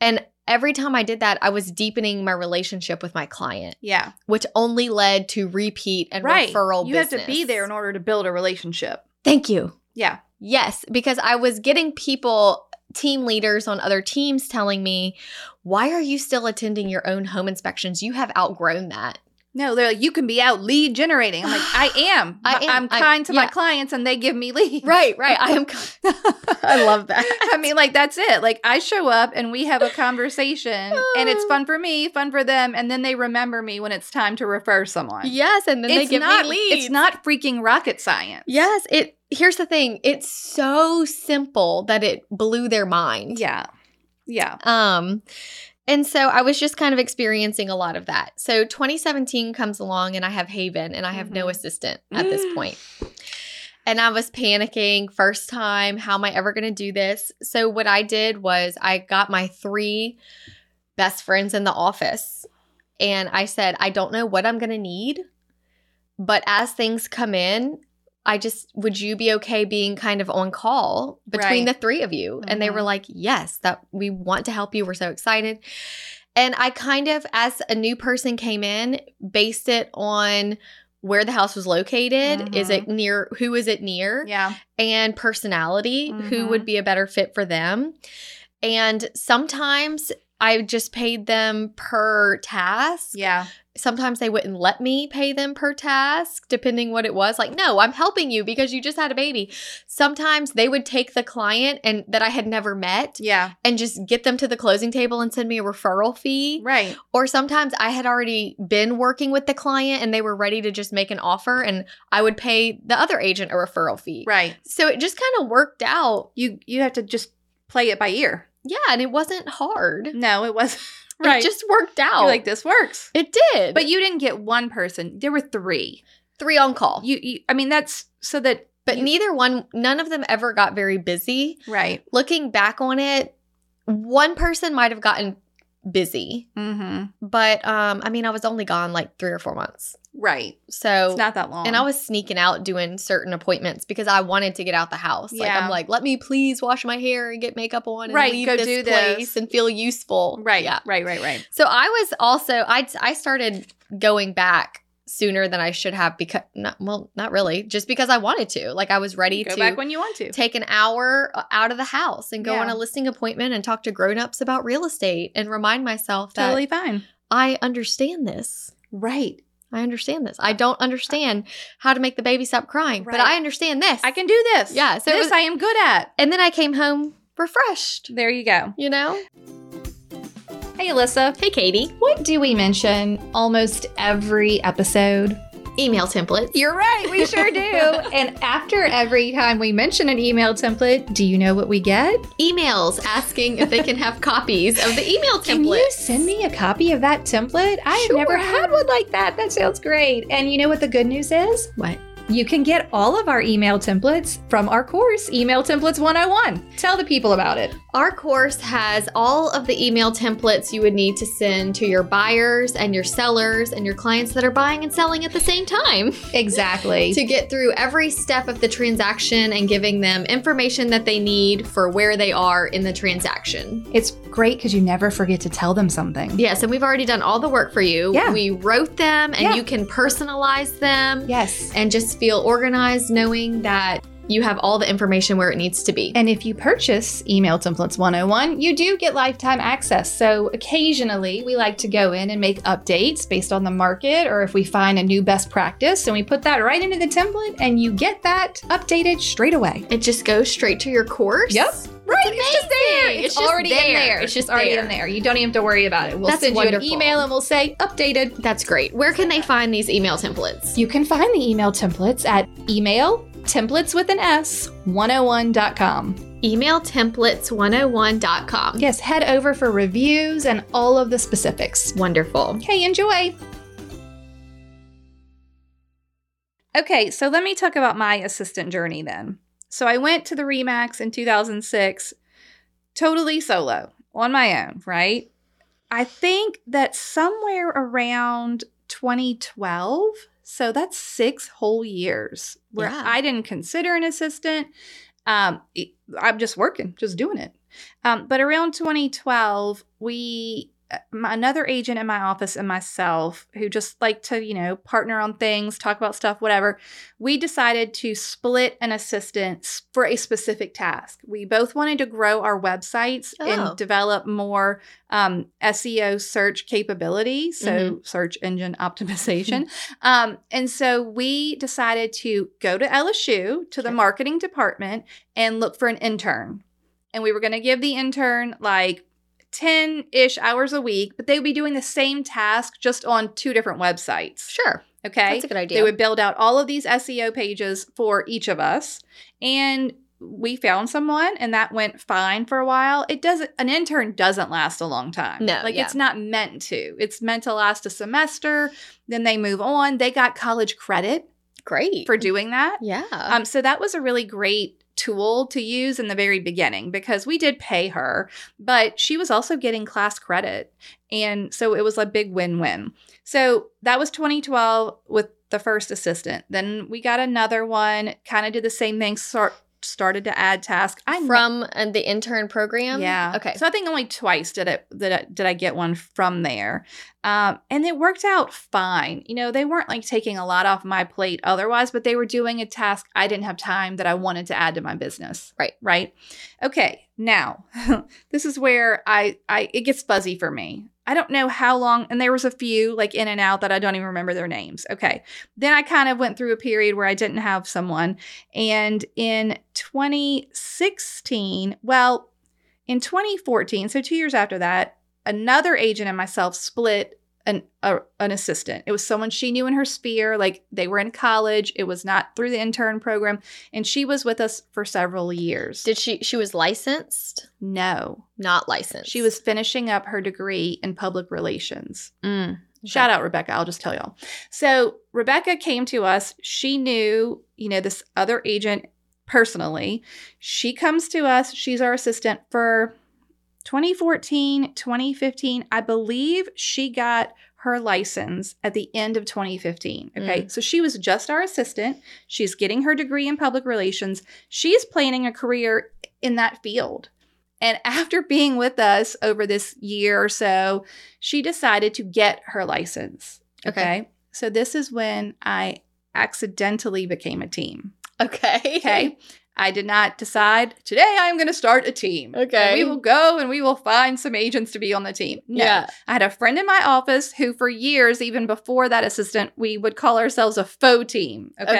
Speaker 2: And every time I did that, I was deepening my relationship with my client,
Speaker 1: Yeah.
Speaker 2: which only led to repeat and
Speaker 1: right.
Speaker 2: referral
Speaker 1: you have to be
Speaker 2: business.
Speaker 1: there in order to build a relationship.
Speaker 2: Thank you.
Speaker 1: Yeah.
Speaker 2: Yes, because I was getting people team leaders on other teams telling me, "Why are you still attending your own home inspections? You have outgrown that."
Speaker 1: No, they're like, you can be out lead generating. I'm like, I am.
Speaker 2: I am.
Speaker 1: I'm
Speaker 2: I-
Speaker 1: kind to my
Speaker 2: yeah.
Speaker 1: clients and they give me leads.
Speaker 2: Right, right. I am I love that.
Speaker 1: I mean, like, that's it. Like, I show up and we have a conversation, and it's fun for me, fun for them, and then they remember me when it's time to refer someone.
Speaker 2: Yes, and then they give
Speaker 1: not,
Speaker 2: me leads.
Speaker 1: It's not freaking rocket science.
Speaker 2: Yes, it here's the thing. It's so simple that it blew their mind.
Speaker 1: Yeah. Yeah.
Speaker 2: Um and so I was just kind of experiencing a lot of that. So 2017 comes along and I have Haven and I have no
Speaker 1: Mhm.
Speaker 2: assistant at this point. And I was panicking first time, how am I ever going to do this? So what I did was I got my three best friends in the office and I said, I don't know what I'm going to need, but as things come in, I just would you be okay being kind of on call
Speaker 1: Right.
Speaker 2: between the three of you? And they were
Speaker 1: Mhm.
Speaker 2: like, yes, that we want to help you. We're so excited. And I kind of, as a new person came in, based it on where the house was located. Is
Speaker 1: Mhm.
Speaker 2: it near? Who is it near?
Speaker 1: Yeah.
Speaker 2: and personality who
Speaker 1: Mhm.
Speaker 2: would be a better fit for them and sometimes i just paid them per task
Speaker 1: Yeah.
Speaker 2: sometimes they wouldn't let me pay them per task depending what it was like no i'm helping you because you just had a baby sometimes they would take the client and that i had never met
Speaker 1: Yeah.
Speaker 2: and just get them to the closing table and send me a referral fee
Speaker 1: Right.
Speaker 2: or sometimes I had already been working with the client and they were ready to just make an offer and I would pay the other agent a referral fee.
Speaker 1: Right.
Speaker 2: So it just kind of worked out.
Speaker 1: You you have to just play it by ear.
Speaker 2: Yeah, and it wasn't hard.
Speaker 1: No, it wasn't. Right.
Speaker 2: It just worked out.
Speaker 1: You're like this works.
Speaker 2: it did.
Speaker 1: But you didn't get one person. There were three.
Speaker 2: three on call.
Speaker 1: You, you I mean that's so that
Speaker 2: but neither one none of them ever got very busy.
Speaker 1: right.
Speaker 2: Looking back on it, one person might have gotten busy.
Speaker 1: Mhm.
Speaker 2: But um I mean I was only gone like 3 or 4 months.
Speaker 1: Right.
Speaker 2: So
Speaker 1: It's not that long.
Speaker 2: And I was sneaking out doing certain appointments because I wanted to get out the house. Like
Speaker 1: Yeah.
Speaker 2: I'm like, let me please wash my hair and get makeup on and
Speaker 1: Right,
Speaker 2: leave
Speaker 1: go
Speaker 2: this
Speaker 1: do this.
Speaker 2: place and feel useful.
Speaker 1: right.
Speaker 2: Yeah.
Speaker 1: Right, right, right.
Speaker 2: So I was also I I started going back sooner than I should have because not well not really just because I wanted to. Like I was ready
Speaker 1: Go
Speaker 2: to
Speaker 1: back when you want to.
Speaker 2: take an hour uh, out of the house and go
Speaker 1: Yeah.
Speaker 2: on a listing appointment and talk to grown-ups about real estate and remind myself that
Speaker 1: Totally fine.
Speaker 2: I understand this.
Speaker 1: Right.
Speaker 2: I understand this. I don't understand how to make the baby stop crying, but
Speaker 1: Uh, Right.
Speaker 2: I understand this.
Speaker 1: I can do this.
Speaker 2: Yeah, so it
Speaker 1: this
Speaker 2: was-
Speaker 1: I am good at.
Speaker 2: And then I came home refreshed,
Speaker 1: There you go.
Speaker 2: you know?
Speaker 1: Hey, Alyssa.
Speaker 2: Hey, Katie.
Speaker 1: What do we mention almost every episode?
Speaker 2: Email templates.
Speaker 1: You're right, we sure do. and after every time we mention an email template, do you know what we get?
Speaker 2: emails asking if they can have copies of the email template.
Speaker 1: Can you send me a copy of that template? I have never
Speaker 2: Sure.
Speaker 1: had one like that. That sounds great. And you know what the good news is?
Speaker 2: What?
Speaker 1: You can get all of our email templates from our course, Email Templates 101. Tell the people about it.
Speaker 2: Our course has all of the email templates you would need to send to your buyers and your sellers and your clients that are buying and selling at the same time.
Speaker 1: Exactly.
Speaker 2: to get through every step of the transaction and giving them information that they need for where they are in the transaction.
Speaker 1: it's great because you never forget to tell them something.
Speaker 2: Yes, and we've already done all the work for you.
Speaker 1: Yeah.
Speaker 2: We wrote them and
Speaker 1: Yeah.
Speaker 2: you can personalize them
Speaker 1: Yes.
Speaker 2: and just feel organized knowing that you have all the information where it needs to be.
Speaker 1: And if you purchase Email Templates 101, you do get lifetime access. So occasionally we like to go in and make updates based on the market or if we find a new best practice and we put that right into the template and you get that updated straight away.
Speaker 2: it just goes straight to your course.
Speaker 1: Yep. Right. It's just there.
Speaker 2: amazing.
Speaker 1: It's,
Speaker 2: It's just
Speaker 1: already in
Speaker 2: there.
Speaker 1: there.
Speaker 2: It's just
Speaker 1: already
Speaker 2: there.
Speaker 1: in there. You don't even have to worry about it. We'll
Speaker 2: That's
Speaker 1: send you
Speaker 2: wonderful.
Speaker 1: an email and we'll say updated.
Speaker 2: That's great. Where can they find these email templates?
Speaker 1: You can find the email templates at email templates with an S 101.com.
Speaker 2: Emailtemplates101.com.
Speaker 1: Yes, head over for reviews and all of the specifics.
Speaker 2: Wonderful.
Speaker 1: Okay, enjoy. Okay, so let me talk about my assistant journey then. So I went to the Remax in 2006 totally solo on my own, right? I think that somewhere around 2012, so that's six whole years where
Speaker 2: Yeah.
Speaker 1: I didn't consider an assistant. Um, it- I'm just working, just doing it. Um, but around 2012, we, uh, my, another agent in my office and myself, who just like to, you know, partner on things, talk about stuff, whatever, we decided to split an assistant s- for a specific task. We both wanted to grow our websites
Speaker 2: Oh.
Speaker 1: and develop more um, SEO search capability, so
Speaker 2: Mm-hmm.
Speaker 1: search engine optimization. um, and so we decided to go to LSU to the
Speaker 2: Okay.
Speaker 1: marketing department and look for an intern. And we were going to give the intern like 10 ish hours a week, but they would be doing the same task just on two different websites.
Speaker 2: Sure.
Speaker 1: Okay.
Speaker 2: That's a good idea.
Speaker 1: They would build out all of these SEO pages for each of us. And we found someone and that went fine for a while. It doesn't an intern doesn't last a long time.
Speaker 2: No,
Speaker 1: Like
Speaker 2: yeah.
Speaker 1: it's not meant to. It's meant to last a semester, then they move on. They got college credit
Speaker 2: great.
Speaker 1: for doing that.
Speaker 2: yeah.
Speaker 1: Um, so that was a really great tool to use in the very beginning because we did pay her, but she was also getting class credit. And so it was a big win win. So that was 2012 with the first assistant. Then we got another one, kind of did the same thing, sort started to add tasks. I ne-
Speaker 2: from uh, the intern program.
Speaker 1: yeah.
Speaker 2: Okay.
Speaker 1: So I think only twice did it that I, did I get one from there, um, and it worked out fine. You know, they weren't like taking a lot off my plate otherwise, but they were doing a task I didn't have time that I wanted to add to my business.
Speaker 2: Right.
Speaker 1: Right. Okay. Now, this is where I I it gets fuzzy for me. I don't know how long, and there was a few like in and out that I don't even remember their names. Okay. Then I kind of went through a period where I didn't have someone. And in 2016, well, in 2014, so two years after that, another agent and myself split an a, an assistant. It was someone she knew in her sphere, like they were in college. It was not through the intern program, and she was with us for several years.
Speaker 2: Did she? She was licensed,
Speaker 1: no,
Speaker 2: not licensed.
Speaker 1: she was finishing up her degree in public relations.
Speaker 2: Mm,
Speaker 1: Shout out Rebecca, I'll just tell y'all. So, Rebecca came to us. She knew, you know, this other agent personally. She comes to us. She's our assistant for 2014, 2015. I believe she got her license at the end of 2015. Okay. So, she was just our assistant. She's getting her degree in public relations. She's planning a career in that field. And after being with us over this year or so, she decided to get her license. Okay.
Speaker 2: Okay.
Speaker 1: So this is when I accidentally became a team.
Speaker 2: Okay.
Speaker 1: Okay. I did not decide today I'm going to start a team. and
Speaker 2: Okay.
Speaker 1: we will go and we will find some agents to be on the team. No.
Speaker 2: Yeah.
Speaker 1: I had a friend in my office who, for years, even before that assistant, we would call ourselves a faux team. okay.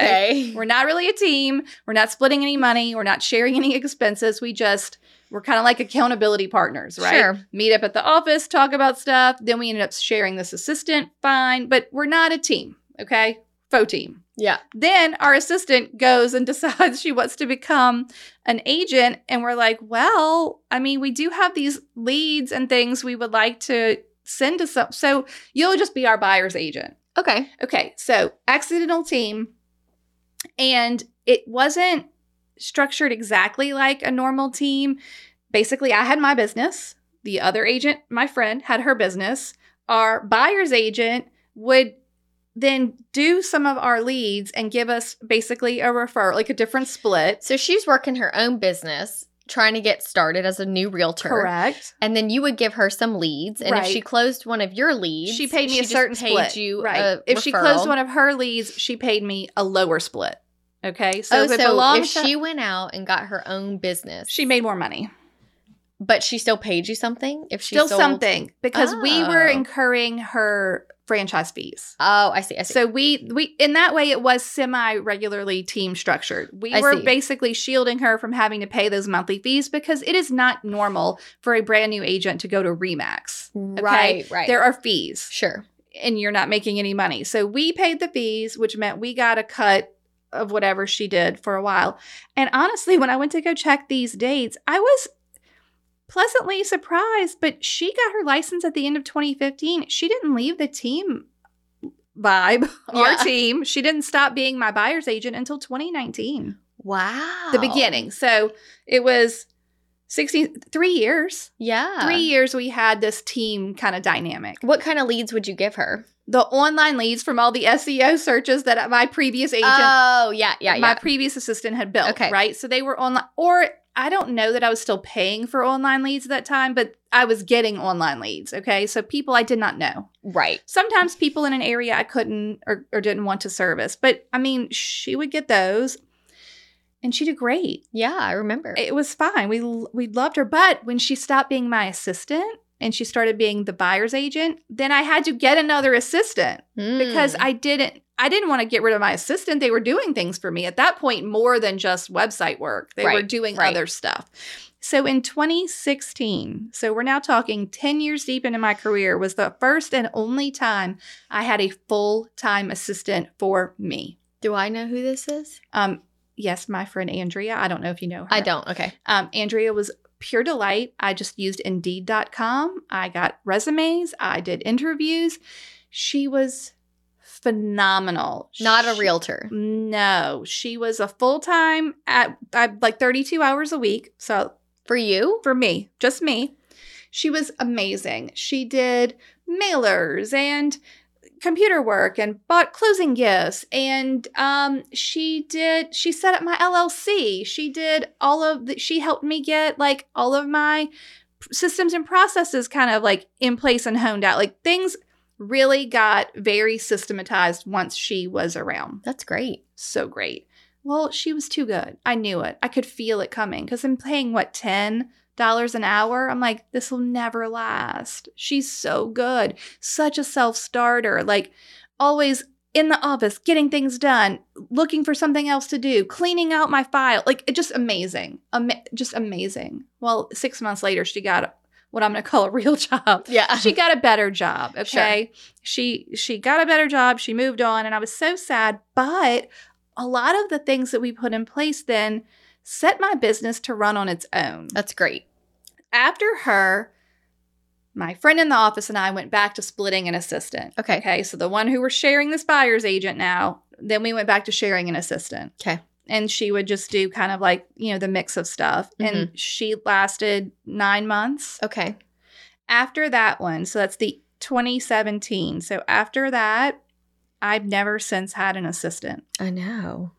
Speaker 2: Okay.
Speaker 1: We're not really a team. We're not splitting any money. We're not sharing any expenses. We just, we're kind of like accountability partners, right?
Speaker 2: Sure.
Speaker 1: Meet up at the office, talk about stuff. Then we ended up sharing this assistant, fine, but we're not a team, okay? Faux team.
Speaker 2: Yeah.
Speaker 1: Then our assistant goes and decides she wants to become an agent. And we're like, well, I mean, we do have these leads and things we would like to send to some. So you'll just be our buyer's agent.
Speaker 2: Okay.
Speaker 1: Okay, so accidental team, and it wasn't structured exactly like a normal team. Basically, I had my business. The other agent, my friend, had her business. Our buyer's agent would then do some of our leads and give us basically a referral, like a different split.
Speaker 2: So she's working her own business, trying to get started as a new realtor.
Speaker 1: Correct.
Speaker 2: And then you would give her some leads, and if
Speaker 1: Right.
Speaker 2: she closed one of your leads,
Speaker 1: She paid me a
Speaker 2: just
Speaker 1: certain
Speaker 2: paid
Speaker 1: split.
Speaker 2: You
Speaker 1: right.
Speaker 2: a
Speaker 1: if she closed
Speaker 2: referral.
Speaker 1: one of her leads, she paid me a lower split. Okay. So
Speaker 2: oh,
Speaker 1: if
Speaker 2: so
Speaker 1: it belonged
Speaker 2: if
Speaker 1: to-
Speaker 2: she went out and got her own business,
Speaker 1: she made more money.
Speaker 2: but she still paid you something if she
Speaker 1: still
Speaker 2: sold-
Speaker 1: something because we were
Speaker 2: Oh.
Speaker 1: incurring her franchise fees.
Speaker 2: Oh, I see. I see.
Speaker 1: So we we in that way it was semi regularly team structured. We
Speaker 2: I
Speaker 1: were
Speaker 2: see.
Speaker 1: basically shielding her from having to pay those monthly fees because it is not normal for a brand new agent to go to Remax.
Speaker 2: right, right.
Speaker 1: There are fees
Speaker 2: sure.
Speaker 1: and you're not making any money. So we paid the fees, which meant we got a cut of whatever she did for a while. And honestly, when I went to go check these dates, I was pleasantly surprised, but she got her license at the end of 2015. She didn't leave the team vibe, our
Speaker 2: Yeah.
Speaker 1: team. She didn't stop being my buyer's agent until 2019,
Speaker 2: Wow.
Speaker 1: the beginning. So it was 16, three years.
Speaker 2: Yeah.
Speaker 1: Three years we had this team kind of dynamic
Speaker 2: What kind of leads would you give her?
Speaker 1: the online leads from all the SEO searches that my previous agent,
Speaker 2: Oh, yeah, yeah,
Speaker 1: Uh, my
Speaker 2: yeah.
Speaker 1: previous assistant had built.
Speaker 2: Okay.
Speaker 1: Right. So they were online, or I don't know that I was still paying for online leads at that time, but I was getting online leads. Okay. So people I did not know.
Speaker 2: right.
Speaker 1: Sometimes people in an area I couldn't or, or didn't want to service, but I mean, she would get those and she did great.
Speaker 2: Yeah, I remember.
Speaker 1: It was fine. We, l- we loved her. But when she stopped being my assistant, and she started being the buyer's agent. Then I had to get another assistant
Speaker 2: Hmm.
Speaker 1: because I didn't I didn't want to get rid of my assistant. They were doing things for me at that point more than just website work. They were
Speaker 2: Right,
Speaker 1: doing
Speaker 2: right.
Speaker 1: other stuff. So in 2016, so we're now talking 10 years deep into my career was the first and only time I had a full-time assistant for me.
Speaker 2: do I know who this is?
Speaker 1: Um yes, my friend Andrea, I don't know if you know her.
Speaker 2: I don't. Okay.
Speaker 1: Um, Andrea was pure delight. I just used Indeed.com. I got resumes. I did interviews. She was phenomenal.
Speaker 2: Not a
Speaker 1: She-
Speaker 2: realtor.
Speaker 1: No, she was a full time at, at like 32 hours a week. So
Speaker 2: For you?
Speaker 1: for me, just me. She was amazing. She did mailers and computer work and bought closing gifts and um, she did she set up my llc she did all of the, she helped me get like all of my systems and processes kind of like in place and honed out like things really got very systematized once she was around
Speaker 2: That's great.
Speaker 1: so great well she was too good i knew it i could feel it coming because i'm paying what 10 dollars an hour i'm like this will never last she's so good such a self-starter like always in the office getting things done looking for something else to do cleaning out my file like it just amazing Ama- just amazing well six months later she got what i'm going to call a real job
Speaker 2: Yeah.
Speaker 1: she got a better job okay she she got a better job she moved on and i was so sad but a lot of the things that we put in place then set my business to run on its own
Speaker 2: That's great.
Speaker 1: after her my friend in the office and i went back to splitting an assistant
Speaker 2: Okay.
Speaker 1: okay so the one who was sharing this buyer's agent now then we went back to sharing an assistant
Speaker 2: Okay.
Speaker 1: and she would just do kind of like you know the mix of stuff
Speaker 2: Mm-hmm.
Speaker 1: and she lasted nine months
Speaker 2: Okay.
Speaker 1: after that one, so that's the 2017. So after that, I've never since had an assistant
Speaker 2: I know.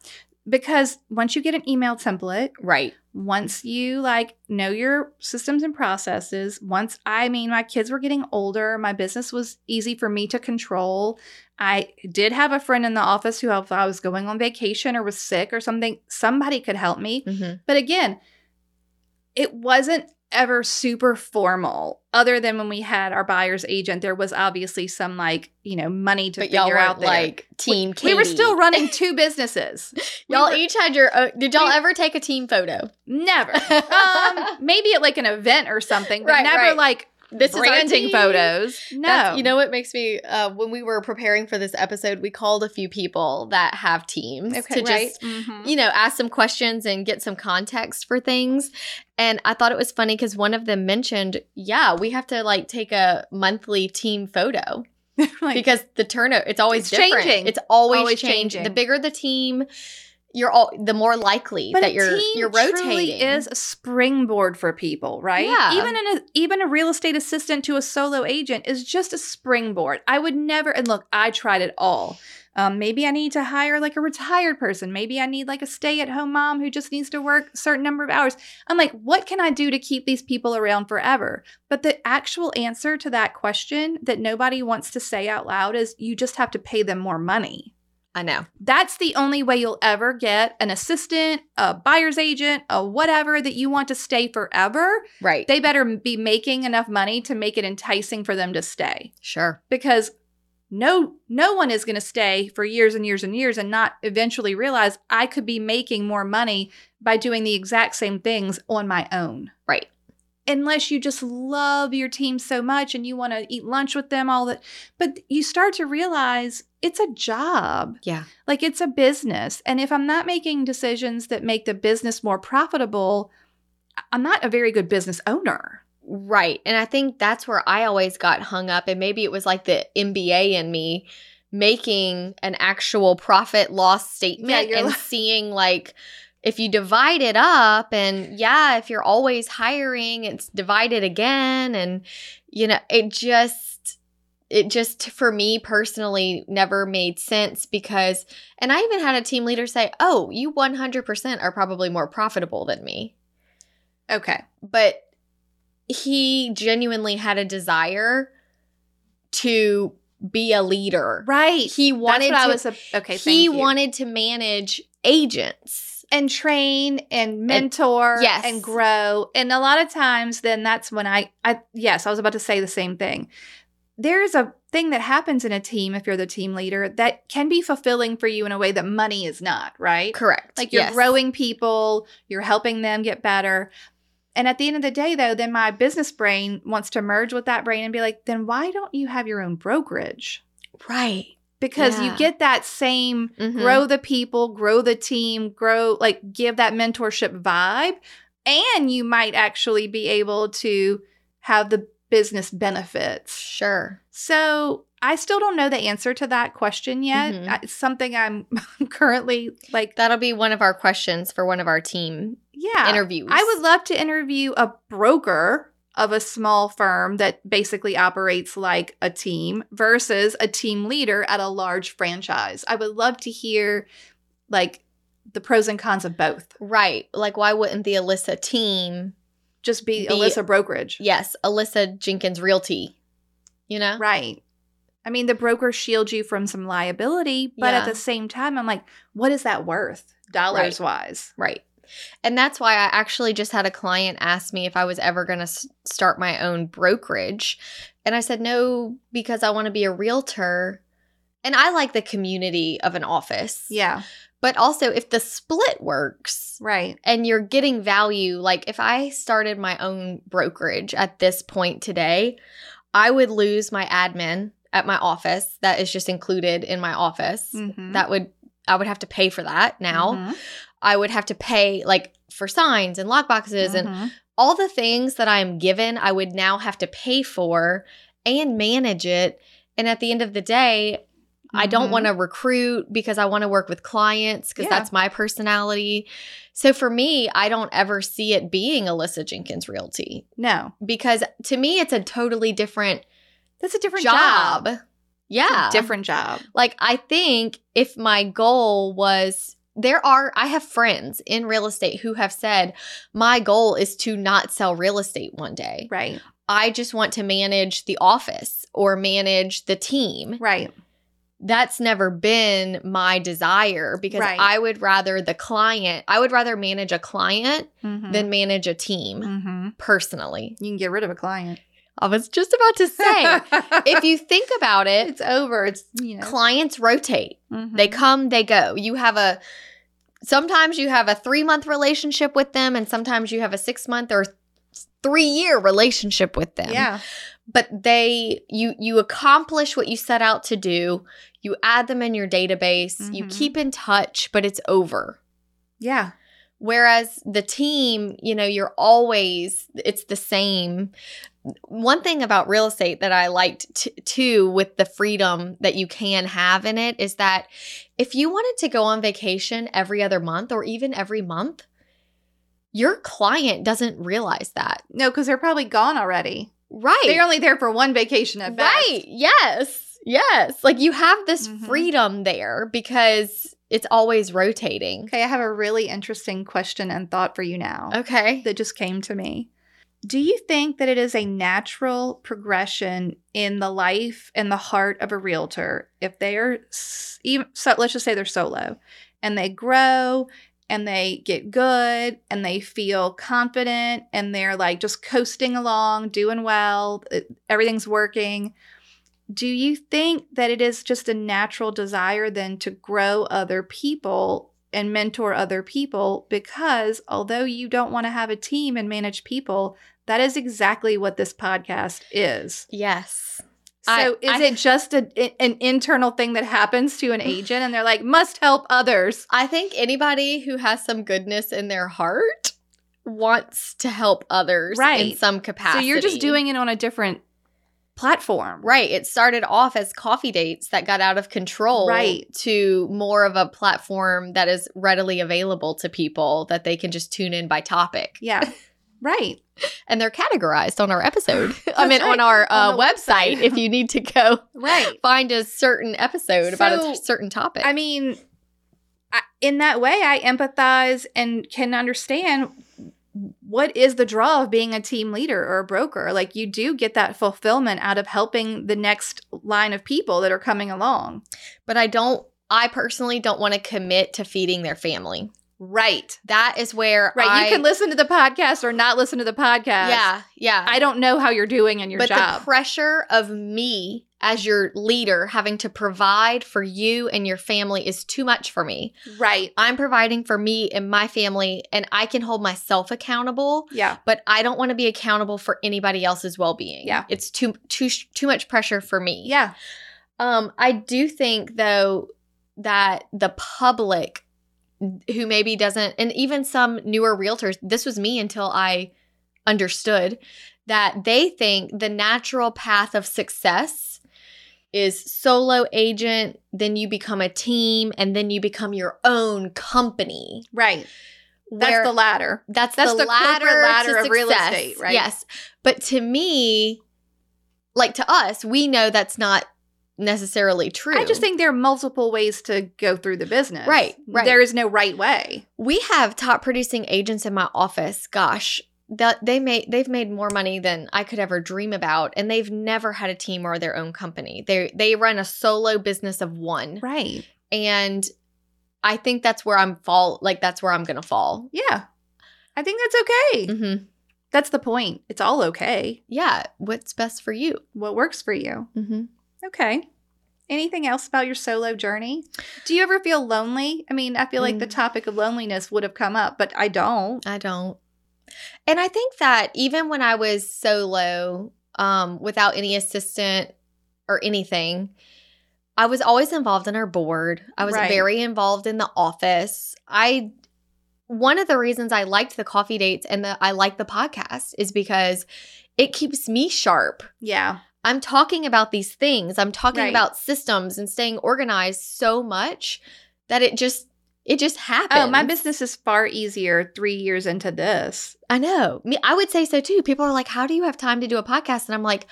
Speaker 1: because once you get an email template,
Speaker 2: Right.
Speaker 1: once you like know your systems and processes, once I mean my kids were getting older, my business was easy for me to control. I did have a friend in the office who if I was going on vacation or was sick or something, somebody could help me.
Speaker 2: Mm-hmm.
Speaker 1: But again, it wasn't ever super formal, other than when we had our buyer's agent. There was obviously some like, you know, money to
Speaker 2: But y'all
Speaker 1: figure
Speaker 2: were
Speaker 1: out there.
Speaker 2: like team.
Speaker 1: we were
Speaker 2: Katie.
Speaker 1: still running two businesses. We
Speaker 2: y'all e-
Speaker 1: were-
Speaker 2: each had your. Own, did y'all
Speaker 1: we-
Speaker 2: ever take a team photo?
Speaker 1: never. Um, maybe at like an event or something, but
Speaker 2: Right,
Speaker 1: never
Speaker 2: right.
Speaker 1: like
Speaker 2: This our
Speaker 1: branding
Speaker 2: team.
Speaker 1: photos. No.
Speaker 2: That's- you know what makes me uh, when we were preparing for this episode, we called a few people that have teams
Speaker 1: okay,
Speaker 2: to
Speaker 1: right? Mm-hmm.
Speaker 2: just you know, ask some questions and get some context for things. And I thought it was funny because one of them mentioned, yeah, we have to like take a monthly team photo
Speaker 1: Like,
Speaker 2: because the turnover, it's always
Speaker 1: It's
Speaker 2: different.
Speaker 1: changing.
Speaker 2: It's always,
Speaker 1: Always
Speaker 2: changing.
Speaker 1: changing.
Speaker 2: The bigger the team, you're all the more likely
Speaker 1: but
Speaker 2: that
Speaker 1: a
Speaker 2: you're
Speaker 1: team
Speaker 2: you're rotating.
Speaker 1: truly is a springboard for people, right?
Speaker 2: Yeah.
Speaker 1: Even in a even a real estate assistant to a solo agent is just a springboard. I would never and look, I tried it all. Um, maybe I need to hire like a retired person. Maybe I need like a stay-at-home mom who just needs to work a certain number of hours. I'm like, what can I do to keep these people around forever? But the actual answer to that question that nobody wants to say out loud is you just have to pay them more money.
Speaker 2: I know.
Speaker 1: That's the only way you'll ever get an assistant, a buyer's agent, a whatever that you want to stay forever.
Speaker 2: Right.
Speaker 1: They better be making enough money to make it enticing for them to stay
Speaker 2: sure.
Speaker 1: because no no one is going to stay for years and years and years and not eventually realize I could be making more money by doing the exact same things on my own.
Speaker 2: Right.
Speaker 1: Unless you just love your team so much and you want to eat lunch with them all that but you start to realize it's a job.
Speaker 2: Yeah.
Speaker 1: Like it's a business. And if I'm not making decisions that make the business more profitable, I- I'm not a very good business owner.
Speaker 2: Right. And I think that's where I always got hung up. And maybe it was like the MBA in me making an actual profit loss statement
Speaker 1: you're
Speaker 2: and
Speaker 1: like-
Speaker 2: seeing like if you divide it up and yeah, if you're always hiring, it's divided again. And, you know, it just, it just for me personally never made sense because, and I even had a team leader say, oh, you 100% are probably more profitable than me
Speaker 1: Okay.
Speaker 2: but he genuinely had a desire to be a leader.
Speaker 1: Right.
Speaker 2: He wanted
Speaker 1: That's what
Speaker 2: to
Speaker 1: I was a, okay.
Speaker 2: he
Speaker 1: thank you.
Speaker 2: wanted to manage agents.
Speaker 1: and train and mentor
Speaker 2: yes.
Speaker 1: and grow. And a lot of times then that's when I I yes, I was about to say the same thing. There is a thing that happens in a team if you're the team leader that can be fulfilling for you in a way that money is not, right?
Speaker 2: Correct.
Speaker 1: Like you're
Speaker 2: Yes.
Speaker 1: growing people, you're helping them get better. And at the end of the day, though, then my business brain wants to merge with that brain and be like, then why don't you have your own brokerage?
Speaker 2: Right.
Speaker 1: Because
Speaker 2: Yeah.
Speaker 1: you get that same
Speaker 2: Mhm.
Speaker 1: grow the people, grow the team, grow like give that mentorship vibe. And you might actually be able to have the business benefits.
Speaker 2: Sure.
Speaker 1: So I still don't know the answer to that question yet.
Speaker 2: Mhm.
Speaker 1: I- It's something I'm currently like,
Speaker 2: That'll be one of our questions for one of our team
Speaker 1: yeah.
Speaker 2: interviews.
Speaker 1: I would love to interview a broker of a small firm that basically operates like a team versus a team leader at a large franchise. I would love to hear like the pros and cons of both.
Speaker 2: Right. Like, why wouldn't the Alyssa team,
Speaker 1: Just be,
Speaker 2: Be-
Speaker 1: Alyssa Brokerage.
Speaker 2: yes, Alyssa Jenkins Realty, you know?
Speaker 1: Right. I mean, the broker shields you from some liability, but
Speaker 2: Yeah.
Speaker 1: at the same time, I'm like, what is that worth dollars wise?
Speaker 2: Right. And that's why I actually just had a client ask me if I was ever going to s- start my own brokerage. And I said, no, because I want to be a realtor. And I like the community of an office.
Speaker 1: Yeah.
Speaker 2: But also, if the split works
Speaker 1: Right.
Speaker 2: and you're getting value, like if I started my own brokerage at this point today, I would lose my admin at my office that is just included in my office.
Speaker 1: Mhm.
Speaker 2: That would, I would have to pay for that now.
Speaker 1: Mhm.
Speaker 2: I would have to pay like for signs and lock boxes and
Speaker 1: Mhm.
Speaker 2: all the things that I am given, I would now have to pay for and manage it. And at the end of the day, I don't
Speaker 1: Mhm.
Speaker 2: want to recruit because I want to work with clients because
Speaker 1: Yeah.
Speaker 2: that's my personality. So for me, I don't ever see it being Alyssa Jenkins Realty
Speaker 1: No,
Speaker 2: because to me, it's a totally different,
Speaker 1: that's a different
Speaker 2: job.
Speaker 1: job. It's a
Speaker 2: Yeah.
Speaker 1: different job.
Speaker 2: Like, I think if my goal was, there are, I have friends in real estate who have said, my goal is to not sell real estate one day.
Speaker 1: Right.
Speaker 2: I just want to manage the office or manage the team.
Speaker 1: Right.
Speaker 2: That's never been my desire because
Speaker 1: Right.
Speaker 2: I would rather the client, I would rather manage a client
Speaker 1: Mhm.
Speaker 2: than manage a team
Speaker 1: Mhm.
Speaker 2: personally.
Speaker 1: you can get rid of a client.
Speaker 2: I was just about to say, if you think about it,
Speaker 1: it's over, it's, you know,
Speaker 2: clients rotate.
Speaker 1: mhm.
Speaker 2: They come, they go. You have a sometimes you have a 3-month relationship with them and sometimes you have a 6-month or 3-year relationship with them.
Speaker 1: yeah.
Speaker 2: But they you you accomplish what you set out to do. You add them in your database, you
Speaker 1: Mhm.
Speaker 2: keep in touch, but it's over.
Speaker 1: Yeah.
Speaker 2: Whereas the team, you know, you're always, it's the same. One thing about real estate that I liked t- too with the freedom that you can have in it is that if you wanted to go on vacation every other month or even every month, your client doesn't realize that.
Speaker 1: No, because they're probably gone already.
Speaker 2: Right.
Speaker 1: They're only there for one vacation at best.
Speaker 2: Right. Yes. Yes. Like you have this
Speaker 1: Mhm.
Speaker 2: freedom there because it's always rotating.
Speaker 1: Okay, I have a really interesting question and thought for you now
Speaker 2: Okay.
Speaker 1: that just came to me. Do you think that it is a natural progression in the life and the heart of a realtor if they are, s- even, so, let's just say they're solo and they grow and they get good and they feel confident and they're like just coasting along, doing well, it- everything's working? Do you think that it is just a natural desire then to grow other people and mentor other people because although you don't want to have a team and manage people, that is exactly what this podcast is.
Speaker 2: Yes.
Speaker 1: So
Speaker 2: I-
Speaker 1: is
Speaker 2: I-
Speaker 1: it just a, an internal thing that happens to an agent and they're like, must help others?
Speaker 2: I think anybody who has some goodness in their heart wants to help others in
Speaker 1: Right.
Speaker 2: some capacity.
Speaker 1: So you're just doing it on a different platform.
Speaker 2: right. It started off as coffee dates that got out of control
Speaker 1: Right.
Speaker 2: to more of a platform that is readily available to people that they can just tune in by topic.
Speaker 1: Yeah. Right.
Speaker 2: And they're categorized on our episode. I mean
Speaker 1: That's
Speaker 2: on
Speaker 1: right,
Speaker 2: our
Speaker 1: on
Speaker 2: uh,
Speaker 1: the
Speaker 2: website,
Speaker 1: website.
Speaker 2: if you need to go
Speaker 1: Right.
Speaker 2: find a certain episode about a
Speaker 1: So,
Speaker 2: t- certain topic.
Speaker 1: I mean, I, in that way, I empathize and can understand what is the draw of being a team leader or a broker. Like, you do get that fulfillment out of helping the next line of people that are coming along.
Speaker 2: but I don't I personally don't want to commit to feeding their family.
Speaker 1: Right.
Speaker 2: That is where
Speaker 1: Right.
Speaker 2: I,
Speaker 1: you can listen to the podcast or not listen to the podcast.
Speaker 2: Yeah, yeah.
Speaker 1: I don't know how you're doing in your
Speaker 2: but
Speaker 1: job.
Speaker 2: the pressure of me as your leader having to provide for you and your family is too much for me.
Speaker 1: right.
Speaker 2: I'm providing for me and my family, and I can hold myself accountable,
Speaker 1: Yeah.
Speaker 2: but I don't want to be accountable for anybody else's well-being.
Speaker 1: Yeah.
Speaker 2: it's too too too much pressure for me.
Speaker 1: Yeah.
Speaker 2: Um, I do think though that the public who maybe doesn't, and even some newer realtors, this was me until I understood that they think the natural path of success is solo agent, then you become a team, and then you become your own company.
Speaker 1: Right. That's
Speaker 2: where-
Speaker 1: the latter.
Speaker 2: That's,
Speaker 1: That's
Speaker 2: the,
Speaker 1: the
Speaker 2: ladder,
Speaker 1: corporate ladder
Speaker 2: to
Speaker 1: of real
Speaker 2: success.
Speaker 1: estate, right?
Speaker 2: Yes. But to me, like to us, we know that's not necessarily true.
Speaker 1: I just think there are multiple ways to go through the business.
Speaker 2: Right, right.
Speaker 1: There is no right way.
Speaker 2: we have top producing agents in my office. Gosh, that they made they've made more money than I could ever dream about, and they've never had a team or their own company. They they run a solo business of one,
Speaker 1: Right.
Speaker 2: and I think that's where I'm fall like that's where I'm gonna fall.
Speaker 1: Yeah. I think that's okay.
Speaker 2: hmm
Speaker 1: That's the point. It's all okay.
Speaker 2: Yeah, what's best for you?
Speaker 1: What works for you.
Speaker 2: Mm-hmm.
Speaker 1: Okay. Anything else about your solo journey? Do you ever feel lonely? I mean, I feel like the
Speaker 2: Mm.
Speaker 1: topic of loneliness would have come up, but I don't.
Speaker 2: I don't. And I think that even when I was solo, um, without any assistant or anything, I was always involved in our board. I was
Speaker 1: Right.
Speaker 2: very involved in the office. I one of the reasons I liked the coffee dates and the I like the podcast is because it keeps me sharp.
Speaker 1: Yeah.
Speaker 2: I'm talking about these things. I'm talking
Speaker 1: Right.
Speaker 2: about systems and staying organized so much that it just it just happens.
Speaker 1: Oh, my business is far easier three years into this.
Speaker 2: I know. Me, I would say so too. People are like, "How do you have time to do a podcast?" And I'm like,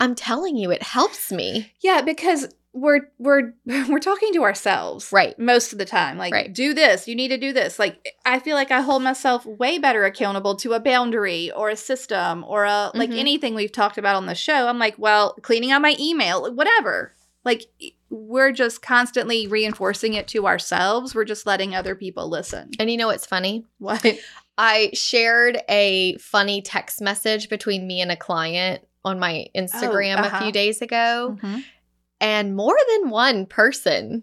Speaker 2: "I'm telling you, it helps me."
Speaker 1: Yeah, because we're we're we're talking to ourselves.
Speaker 2: Right.
Speaker 1: Most of the time. Like
Speaker 2: Right.
Speaker 1: do this, you need to do this. Like I feel like I hold myself way better accountable to a boundary or a system or a like
Speaker 2: Mhm.
Speaker 1: anything we've talked about on the show. I'm like, well, cleaning out my email, whatever. Like we're just constantly reinforcing it to ourselves. We're just letting other people listen.
Speaker 2: And you know what's funny?
Speaker 1: What?
Speaker 2: I shared a funny text message between me and a client on my Instagram a
Speaker 1: uh-huh.
Speaker 2: few days ago, and more than one person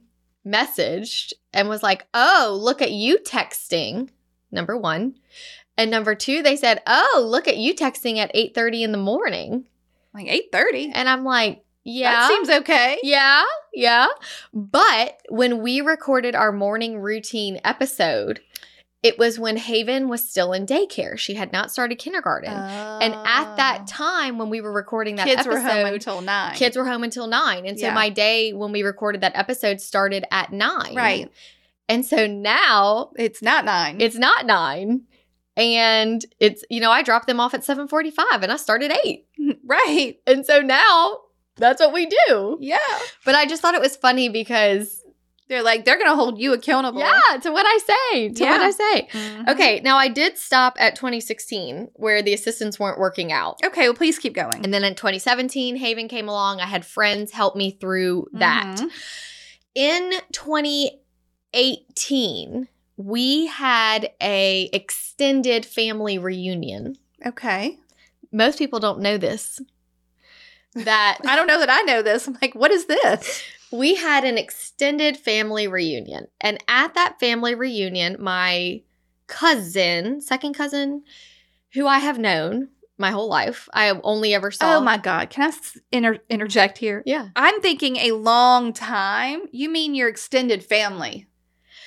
Speaker 2: messaged and was like, "Oh, look at you texting." Number 1. And number 2, they said, "Oh, look at you texting at 8:30 in the morning."
Speaker 1: Like eight thirty.
Speaker 2: And I'm like, "Yeah."
Speaker 1: That seems okay.
Speaker 2: Yeah, yeah. But when we recorded our morning routine episode, it was when Haven was still in daycare. She had not started kindergarten. and at that time, when we were recording that
Speaker 1: Ah. kids
Speaker 2: episode,
Speaker 1: were home until nine.
Speaker 2: kids were home until nine. And so
Speaker 1: Yeah.
Speaker 2: my day when we recorded that episode started at nine.
Speaker 1: right.
Speaker 2: And so now
Speaker 1: It's not nine.
Speaker 2: it's not nine. And it's, you know, I dropped them off at 745 and I started eight.
Speaker 1: right.
Speaker 2: And so now that's what we do.
Speaker 1: Yeah.
Speaker 2: But I just thought it was funny because
Speaker 1: They're like, they're going to hold you accountable.
Speaker 2: Yeah, to what I say. To what
Speaker 1: Yeah.
Speaker 2: I say.
Speaker 1: Mhm.
Speaker 2: Okay, now I did stop at 2016 where the assistants weren't working out.
Speaker 1: Okay. Well, please keep going.
Speaker 2: And then in 2017, Haven came along. I had friends help me through that.
Speaker 1: Mhm.
Speaker 2: In 2018, we had a extended family reunion.
Speaker 1: Okay.
Speaker 2: Most people don't know this. That
Speaker 1: I don't know that I know this. I'm like, what is this?
Speaker 2: we had an extended family reunion. And at that family reunion, my cousin, second cousin, who I have known my whole life, I have only ever saw.
Speaker 1: Oh my God. Can I s- inter- interject here?
Speaker 2: Yeah.
Speaker 1: I'm thinking a long time. You mean your extended family?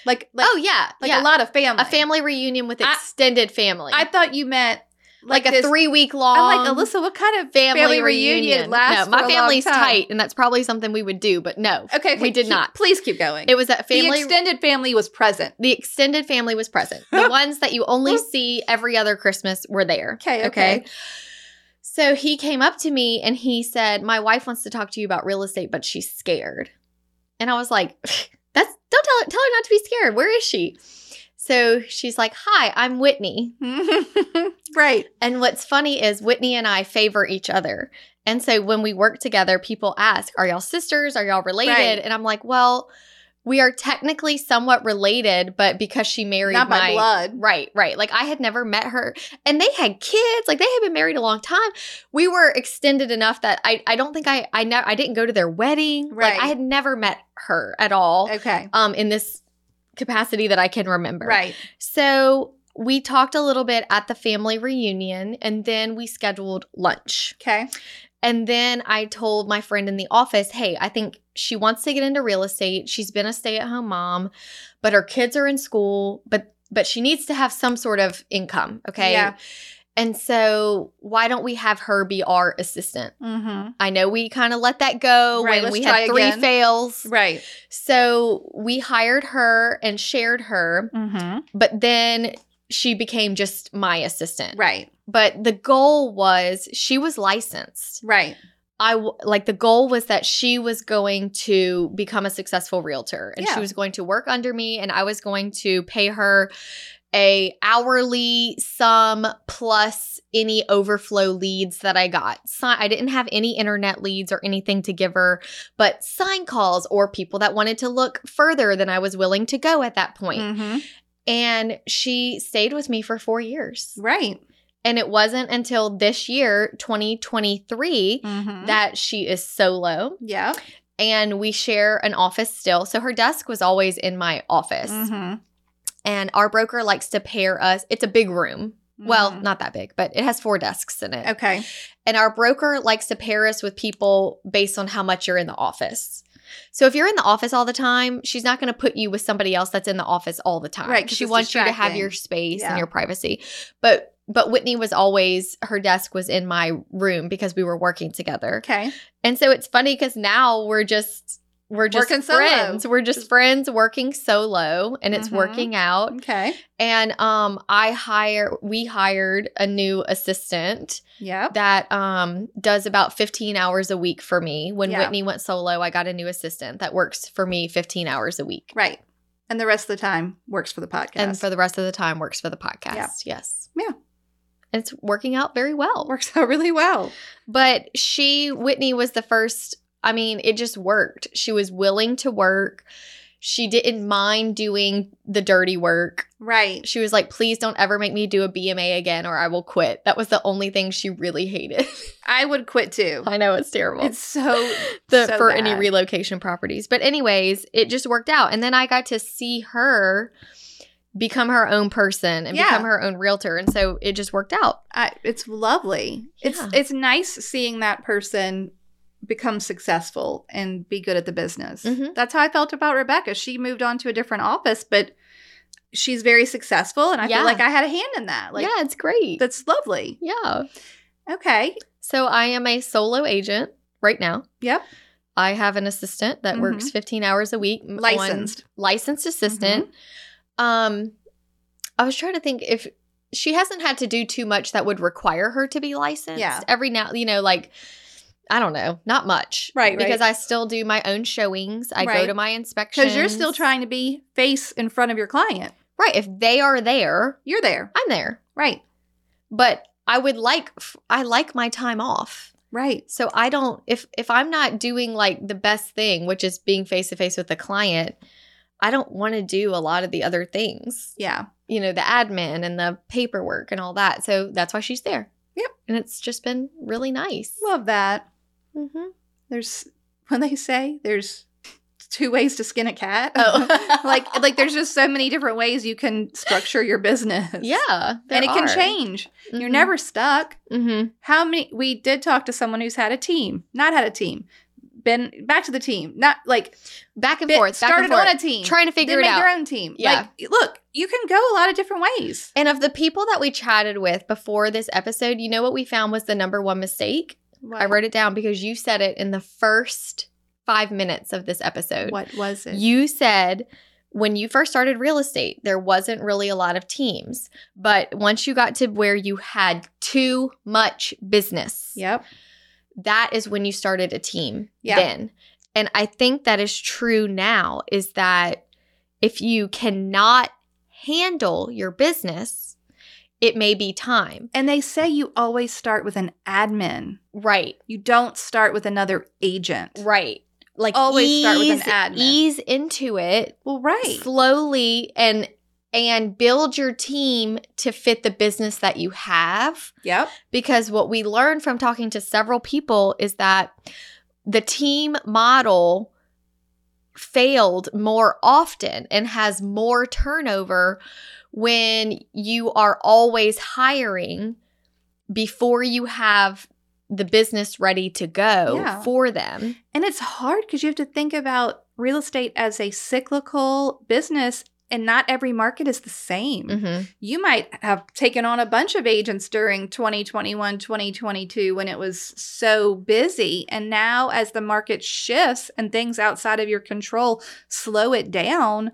Speaker 1: Like, like,
Speaker 2: oh, yeah.
Speaker 1: like
Speaker 2: yeah.
Speaker 1: a lot of family.
Speaker 2: A family reunion with
Speaker 1: I-
Speaker 2: extended family.
Speaker 1: I thought you meant
Speaker 2: like,
Speaker 1: like,
Speaker 2: a
Speaker 1: this-
Speaker 2: three week long.
Speaker 1: I'm like, Alyssa, what kind of family, reunion, lasts?
Speaker 2: No, my
Speaker 1: for a long
Speaker 2: family's
Speaker 1: time?
Speaker 2: tight, and that's probably something we would do, but no.
Speaker 1: Okay, okay,
Speaker 2: We did
Speaker 1: keep-
Speaker 2: not.
Speaker 1: Please keep going.
Speaker 2: It was a
Speaker 1: the
Speaker 2: family.
Speaker 1: extended family was present.
Speaker 2: the extended family was present. The ones that you only see every other Christmas were there.
Speaker 1: Oh. Okay, okay.
Speaker 2: So he came up to me and he said, My wife wants to talk to you about real estate, but she's scared. And I was like, That's don't tell her tell her not to be scared. Where is she? So she's like, Hi, I'm Whitney.
Speaker 1: right.
Speaker 2: And what's funny is Whitney and I favor each other. And so when we work together, people ask, Are y'all sisters? Are y'all related?
Speaker 1: Right.
Speaker 2: And I'm like, Well, we are technically somewhat related, but because she married
Speaker 1: Not by
Speaker 2: my
Speaker 1: blood.
Speaker 2: Right, right. Like I had never met her and they had kids. Like they had been married a long time. We were extended enough that I I don't think I I ne- I didn't go to their wedding. Like
Speaker 1: Right.
Speaker 2: I had never met her at all
Speaker 1: Okay.
Speaker 2: um in this capacity that I can remember.
Speaker 1: Right.
Speaker 2: So we talked a little bit at the family reunion and then we scheduled lunch.
Speaker 1: Okay.
Speaker 2: And then I told my friend in the office, hey, I think she wants to get into real estate. She's been a stay at home mom, but her kids are in school, but but she needs to have some sort of income. Okay.
Speaker 1: Yeah.
Speaker 2: And so why don't we have her be our assistant?
Speaker 1: Mm-hmm.
Speaker 2: I know we kind of let that go
Speaker 1: Right,
Speaker 2: when
Speaker 1: let's
Speaker 2: we
Speaker 1: try
Speaker 2: had three
Speaker 1: again.
Speaker 2: fails.
Speaker 1: Right.
Speaker 2: So we hired her and shared her,
Speaker 1: Mm-hmm.
Speaker 2: but then she became just my assistant.
Speaker 1: Right.
Speaker 2: But the goal was she was licensed.
Speaker 1: Right.
Speaker 2: I w- like the goal was that she was going to become a successful realtor and
Speaker 1: Yeah.
Speaker 2: she was going to work under me and I was going to pay her a hourly sum plus any overflow leads that I got. Si- I didn't have any internet leads or anything to give her, but sign calls or people that wanted to look further than I was willing to go at that point.
Speaker 1: Mhm.
Speaker 2: And she stayed with me for 4 years.
Speaker 1: Right.
Speaker 2: And it wasn't until this year, 2023,
Speaker 1: Mhm.
Speaker 2: that she is solo
Speaker 1: yeah.
Speaker 2: and we share an office still. So her desk was always in my office.
Speaker 1: Mhm.
Speaker 2: And our broker likes to pair us. It's a big room. Well,
Speaker 1: Mhm.
Speaker 2: not that big, but it has four desks in it.
Speaker 1: okay.
Speaker 2: And our broker likes to pair us with people based on how much you're in the office. So if you're in the office all the time, she's not going to put you with somebody else that's in the office all the time.
Speaker 1: Right, 'cause
Speaker 2: She
Speaker 1: it's
Speaker 2: wants you to have
Speaker 1: distracting.
Speaker 2: your space
Speaker 1: Yeah.
Speaker 2: and your privacy. But but Whitney was always her desk was in my room because we were working together.
Speaker 1: Okay.
Speaker 2: And so it's funny because now we're just we're just
Speaker 1: Working solo.
Speaker 2: friends. We're just friends working solo and it's
Speaker 1: Mhm.
Speaker 2: working out.
Speaker 1: Okay.
Speaker 2: And um I hire we hired a new assistant
Speaker 1: Yep.
Speaker 2: that um does about 15 hours a week for me. When
Speaker 1: Yeah.
Speaker 2: Whitney went solo, I got a new assistant that works for me 15 hours a week.
Speaker 1: Right. And the rest of the time works for the podcast.
Speaker 2: And for the rest of the time works for the podcast.
Speaker 1: Yeah.
Speaker 2: Yes.
Speaker 1: Yeah.
Speaker 2: And it's working out very well.
Speaker 1: works out really well.
Speaker 2: But she, Whitney, was the first. I mean, it just worked. She was willing to work. She didn't mind doing the dirty work.
Speaker 1: Right.
Speaker 2: She was like, please don't ever make me do a BMA again or I will quit. That was the only thing she really hated.
Speaker 1: I would quit too.
Speaker 2: I know it's terrible.
Speaker 1: It's so
Speaker 2: the,
Speaker 1: so
Speaker 2: for any
Speaker 1: bad.
Speaker 2: relocation properties. But, anyways, it just worked out. And then I got to see her become her own person and
Speaker 1: Yeah.
Speaker 2: become her own realtor. And so it just worked out.
Speaker 1: I, it's lovely. It's
Speaker 2: Yeah.
Speaker 1: it's nice seeing that person become successful and be good at the business.
Speaker 2: Mhm.
Speaker 1: That's how I felt about Rebecca. She moved on to a different office, but she's very successful, and I
Speaker 2: Yeah.
Speaker 1: feel like I had a hand in that. Like
Speaker 2: yeah, it's great.
Speaker 1: that's lovely.
Speaker 2: yeah.
Speaker 1: Okay.
Speaker 2: So I am a solo agent right now.
Speaker 1: Yep.
Speaker 2: I have an assistant that
Speaker 1: Mhm.
Speaker 2: works 15 hours a week. m- on-
Speaker 1: Licensed. Mm-hmm.
Speaker 2: licensed assistant. Um I was trying to think if she hasn't had to do too much that would require her to be licensed.
Speaker 1: Yeah.
Speaker 2: Every now, you know, like I don't know, not much.
Speaker 1: Right, right.
Speaker 2: Because I still do my own showings. I go
Speaker 1: Right.
Speaker 2: to my inspections.
Speaker 1: Because you're still trying to be face in front of your client.
Speaker 2: Right. If they are there,
Speaker 1: You're there.
Speaker 2: I'm there.
Speaker 1: Right.
Speaker 2: But I would like f- I like my time off.
Speaker 1: Right.
Speaker 2: So I don't if if I'm not doing like the best thing, which is being face to face with the client, I don't want to do a lot of the other things.
Speaker 1: Yeah.
Speaker 2: You know, the admin and the paperwork and all that. So that's why she's there.
Speaker 1: Yep.
Speaker 2: And it's just been really nice.
Speaker 1: Love that.
Speaker 2: Mhm.
Speaker 1: There's when they say there's two ways to skin a cat.
Speaker 2: Oh.
Speaker 1: like like there's just so many different ways you can structure your business.
Speaker 2: yeah, there
Speaker 1: and it can
Speaker 2: are.
Speaker 1: change. You're
Speaker 2: Mhm.
Speaker 1: never stuck.
Speaker 2: Mhm.
Speaker 1: How many we did talk to someone who's had a team, not had a team, been back to the team, not like
Speaker 2: back and
Speaker 1: been-
Speaker 2: forth, back
Speaker 1: started
Speaker 2: and forth,
Speaker 1: on a team,
Speaker 2: trying to
Speaker 1: then
Speaker 2: figure it
Speaker 1: made
Speaker 2: out.
Speaker 1: their own team.
Speaker 2: Yeah.
Speaker 1: Like look, you can go a lot of different ways.
Speaker 2: and of the people that we chatted with before this episode, you know what we found was the number one mistake? I wrote it down because you said it in the first five minutes of this episode.
Speaker 1: What was it?
Speaker 2: You said when you first started real estate, there wasn't really a lot of teams. But once you got to where you had too much business,
Speaker 1: yep.
Speaker 2: that is when you started a team
Speaker 1: Yeah.
Speaker 2: then. And I think that is true now is that if you cannot handle your business, it may be time.
Speaker 1: And they say you always start with an admin.
Speaker 2: Right.
Speaker 1: You don't start with another agent.
Speaker 2: Right. Like
Speaker 1: Always start with an
Speaker 2: ease-
Speaker 1: admin.
Speaker 2: Ease into it
Speaker 1: Well, right.
Speaker 2: slowly and and build your team to fit the business that you have
Speaker 1: Yep.
Speaker 2: because what we learned from talking to several people is that the team model failed more often and has more turnover when you are always hiring before you have the business ready to go
Speaker 1: Yeah.
Speaker 2: for them.
Speaker 1: And it's hard because you have to think about real estate as a cyclical business, and not every market is the same.
Speaker 2: Mhm.
Speaker 1: You might have taken on a bunch of agents during 2021, 2022 when it was so busy. And now, as the market shifts and things outside of your control slow it down,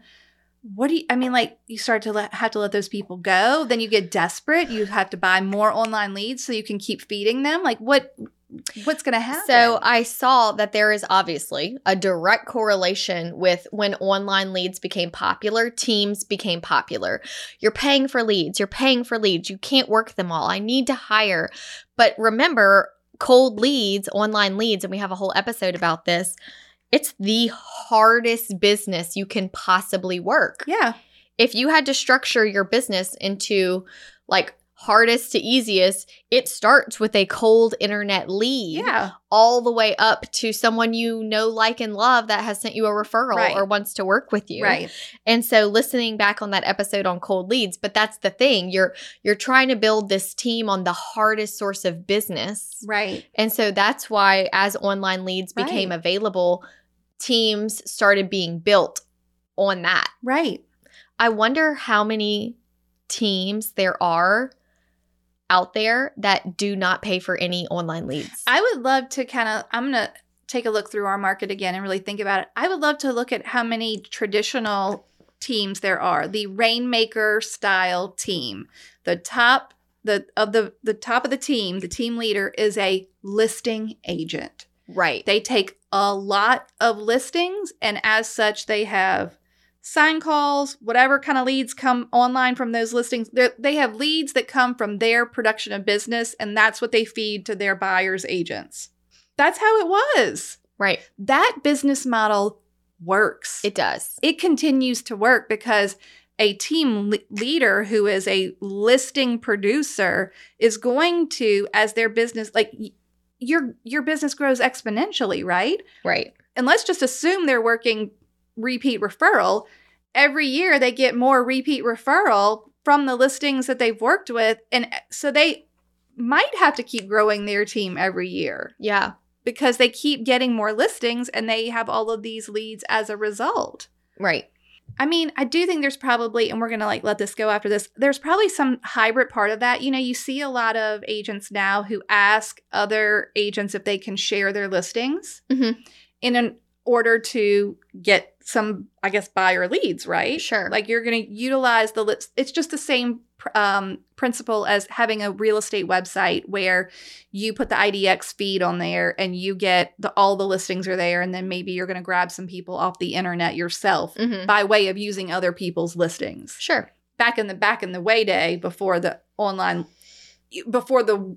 Speaker 1: what do you i mean like you start to let, have to let those people go then you get desperate you have to buy more online leads so you can keep feeding them like what what's going to happen
Speaker 2: So I saw that there is obviously a direct correlation with when online leads became popular, teams became popular. You're paying for leads, you're paying for leads. You can't work them all. I need to hire. But remember, cold leads, online leads, and we have a whole episode about this. It's the hardest business you can possibly work.
Speaker 1: yeah
Speaker 2: If you had to structure your business into like hardest to easiest, it starts with a cold internet lead
Speaker 1: yeah
Speaker 2: all the way up to someone you know, like, and love that has sent you a referral
Speaker 1: Right.
Speaker 2: or wants to work with you.
Speaker 1: right
Speaker 2: And so listening back on that episode on cold leads, but that's the thing. You're you're trying to build this team on the hardest source of business.
Speaker 1: right
Speaker 2: And so that's why as online leads became
Speaker 1: Right.
Speaker 2: available, teams started being built on that.
Speaker 1: right
Speaker 2: I wonder how many teams there are out there that do not pay for any online leads.
Speaker 1: i would love to kind of i'm going to take a look through our market again and really think about it i would love to look at how many traditional teams there are the rainmaker style team the top the of the the top of the team the team leader is a listing agent
Speaker 2: right.
Speaker 1: They take a lot of listings, and as such, they have sign calls, whatever kind of leads come online from those listings. They're, they have leads that come from their production of business, and that's what they feed to their buyers' agents. That's how it was.
Speaker 2: Right.
Speaker 1: That business model works
Speaker 2: It does.
Speaker 1: it continues to work because a team le- leader who is a listing producer is going to as their business like y- your your business grows exponentially right
Speaker 2: Right.
Speaker 1: and let's just assume they're working repeat referral every year they get more repeat referral from the listings that they've worked with and eh, so they might have to keep growing their team every year
Speaker 2: Yeah.
Speaker 1: because they keep getting more listings and they have all of these leads as a result
Speaker 2: Right.
Speaker 1: I mean, I do think there's probably, and we're gonna like let this go after this. There's probably some hybrid part of that. You know, you see a lot of agents now who ask other agents if they can share their listings
Speaker 2: Mhm.
Speaker 1: in an order to get some, I guess, buyer leads, right?
Speaker 2: Sure.
Speaker 1: Like you're gonna utilize the list. It's just the same pr- um, principle as having a real estate website where you put the IDX feed on there and you get the all the listings are there, and then maybe you're gonna grab some people off the internet yourself
Speaker 2: Mm-hmm.
Speaker 1: by way of using other people's listings.
Speaker 2: Sure.
Speaker 1: Back in the back in the way day before the online before the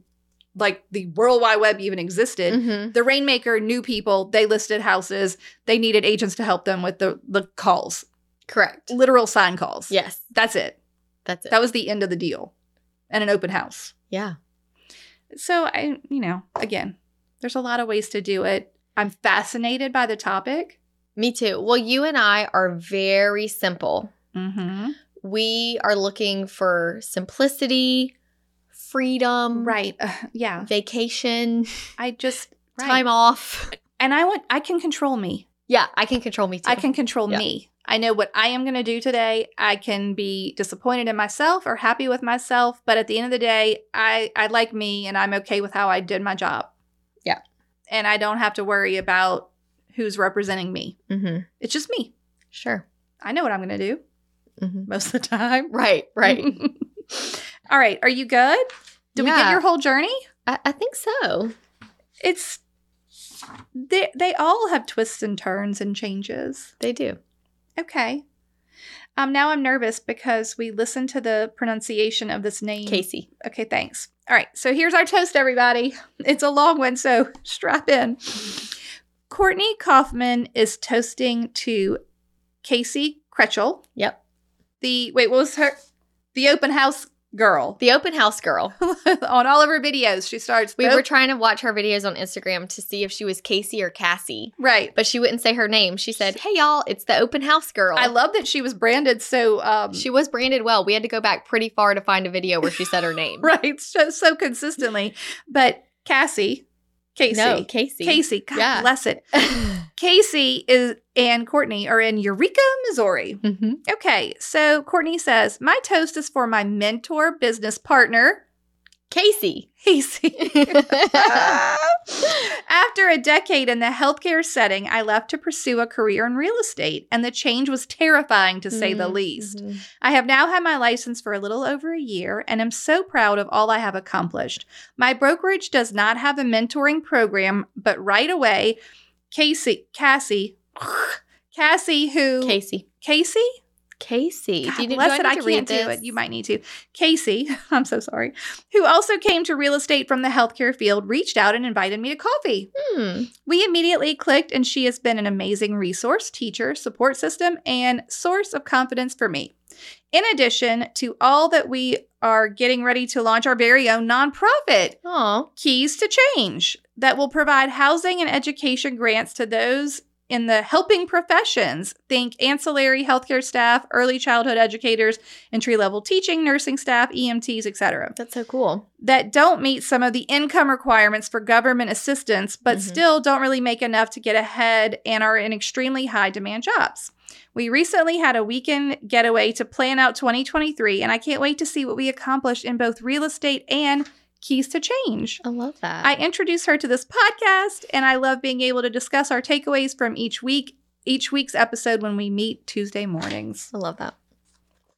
Speaker 1: like the World Wide Web even existed,
Speaker 2: Mm-hmm.
Speaker 1: the Rainmaker knew people, they listed houses, they needed agents to help them with the the calls,
Speaker 2: Correct.
Speaker 1: literal sign calls.
Speaker 2: Yes.
Speaker 1: That's it.
Speaker 2: That's it.
Speaker 1: That was the end of the deal. And an open house.
Speaker 2: yeah.
Speaker 1: So I, you know, again, there's a lot of ways to do it. I'm fascinated by the topic.
Speaker 2: Me too. Well, you and I are very simple.
Speaker 1: Mm-hmm.
Speaker 2: We are looking for simplicity, freedom,
Speaker 1: Right. Uh, yeah.
Speaker 2: vacation,
Speaker 1: I just
Speaker 2: time off.
Speaker 1: and I want I can control me.
Speaker 2: Yeah, I can control me too.
Speaker 1: I can control
Speaker 2: Yeah.
Speaker 1: me. I know what I am going to do today. I can be disappointed in myself or happy with myself, but at the end of the day, I I like me and I'm okay with how I did my job.
Speaker 2: Yeah.
Speaker 1: And I don't have to worry about who's representing me.
Speaker 2: Mm-hmm.
Speaker 1: It's just me.
Speaker 2: Sure.
Speaker 1: I know what I'm going to do
Speaker 2: hmm
Speaker 1: most of the time.
Speaker 2: Right. Right.
Speaker 1: All right, are you good? Did we get
Speaker 2: Yeah.
Speaker 1: your whole journey?
Speaker 2: I, I think so.
Speaker 1: It's they they all have twists and turns and changes.
Speaker 2: They do.
Speaker 1: Okay. Um, now I'm nervous because we listened to the pronunciation of this name.
Speaker 2: Casey.
Speaker 1: Okay, thanks. All right, so here's our toast, everybody. It's a long one, so strap in. Courtney Kaufman is toasting to Casey Kretschel,
Speaker 2: Yep.
Speaker 1: the wait, what was her the open house girl
Speaker 2: The open house girl.
Speaker 1: on all of her videos. She starts
Speaker 2: We
Speaker 1: the-
Speaker 2: were trying to watch her videos on Instagram to see if she was Casey or Cassie.
Speaker 1: right.
Speaker 2: but she wouldn't say her name. She said, "Hey y'all, it's the open house girl."
Speaker 1: I love that she was branded so um
Speaker 2: She was branded well. We had to go back pretty far to find a video where she said her name.
Speaker 1: right so, so consistently. But Cassie, Casey,
Speaker 2: No, Casey.
Speaker 1: Casey, God
Speaker 2: Yeah.
Speaker 1: bless it.
Speaker 2: Mm-hmm.
Speaker 1: Casey is and Courtney are in Eureka, Missouri.
Speaker 2: Mhm.
Speaker 1: Okay, so Courtney says, My toast is for my mentor business partner,
Speaker 2: Casey.
Speaker 1: Casey. After a decade in the healthcare setting, I left to pursue a career in real estate, and the change was terrifying to say the
Speaker 2: Mm,
Speaker 1: least.
Speaker 2: mhm.
Speaker 1: I have now had my license for a little over a year and am so proud of all I have accomplished. My brokerage does not have a mentoring program, but right away, Casey, Cassie, Cassie, who
Speaker 2: Casey.
Speaker 1: Casey?
Speaker 2: Casey.
Speaker 1: God
Speaker 2: do you, do
Speaker 1: bless
Speaker 2: I
Speaker 1: it,
Speaker 2: need
Speaker 1: I
Speaker 2: to
Speaker 1: can't
Speaker 2: read
Speaker 1: do
Speaker 2: this?
Speaker 1: it. You might need to. Casey, I'm so sorry, who also came to real estate from the healthcare field, reached out and invited me to coffee.
Speaker 2: Hmm.
Speaker 1: We immediately clicked, and she has been an amazing resource, teacher, support system, and source of confidence for me. In addition to all that, we are getting ready to launch our very own nonprofit,
Speaker 2: Oh,
Speaker 1: Keys to Change, that will provide housing and education grants to those in the helping professions. Think ancillary healthcare staff, early childhood educators, entry level teaching, nursing staff, E EMTs, etc
Speaker 2: that's so cool.
Speaker 1: that don't meet some of the income requirements for government assistance, but
Speaker 2: Mhm.
Speaker 1: still don't really make enough to get ahead and are in extremely high demand jobs. We recently had a weekend getaway to plan out 2023, and I can't wait to see what we accomplish in both real estate and keys to change.
Speaker 2: I love that.
Speaker 1: I introduced her to this podcast, and I love being able to discuss our takeaways from each week, each week's episode when we meet Tuesday mornings.
Speaker 2: I love that.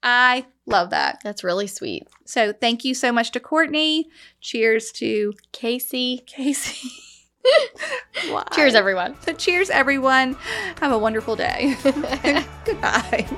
Speaker 1: I love that.
Speaker 2: That's really sweet.
Speaker 1: So, thank you so much to Courtney. Cheers to
Speaker 2: Casey.
Speaker 1: Casey. Why?
Speaker 2: Cheers, everyone.
Speaker 1: So cheers, everyone. Have a wonderful day. Goodbye.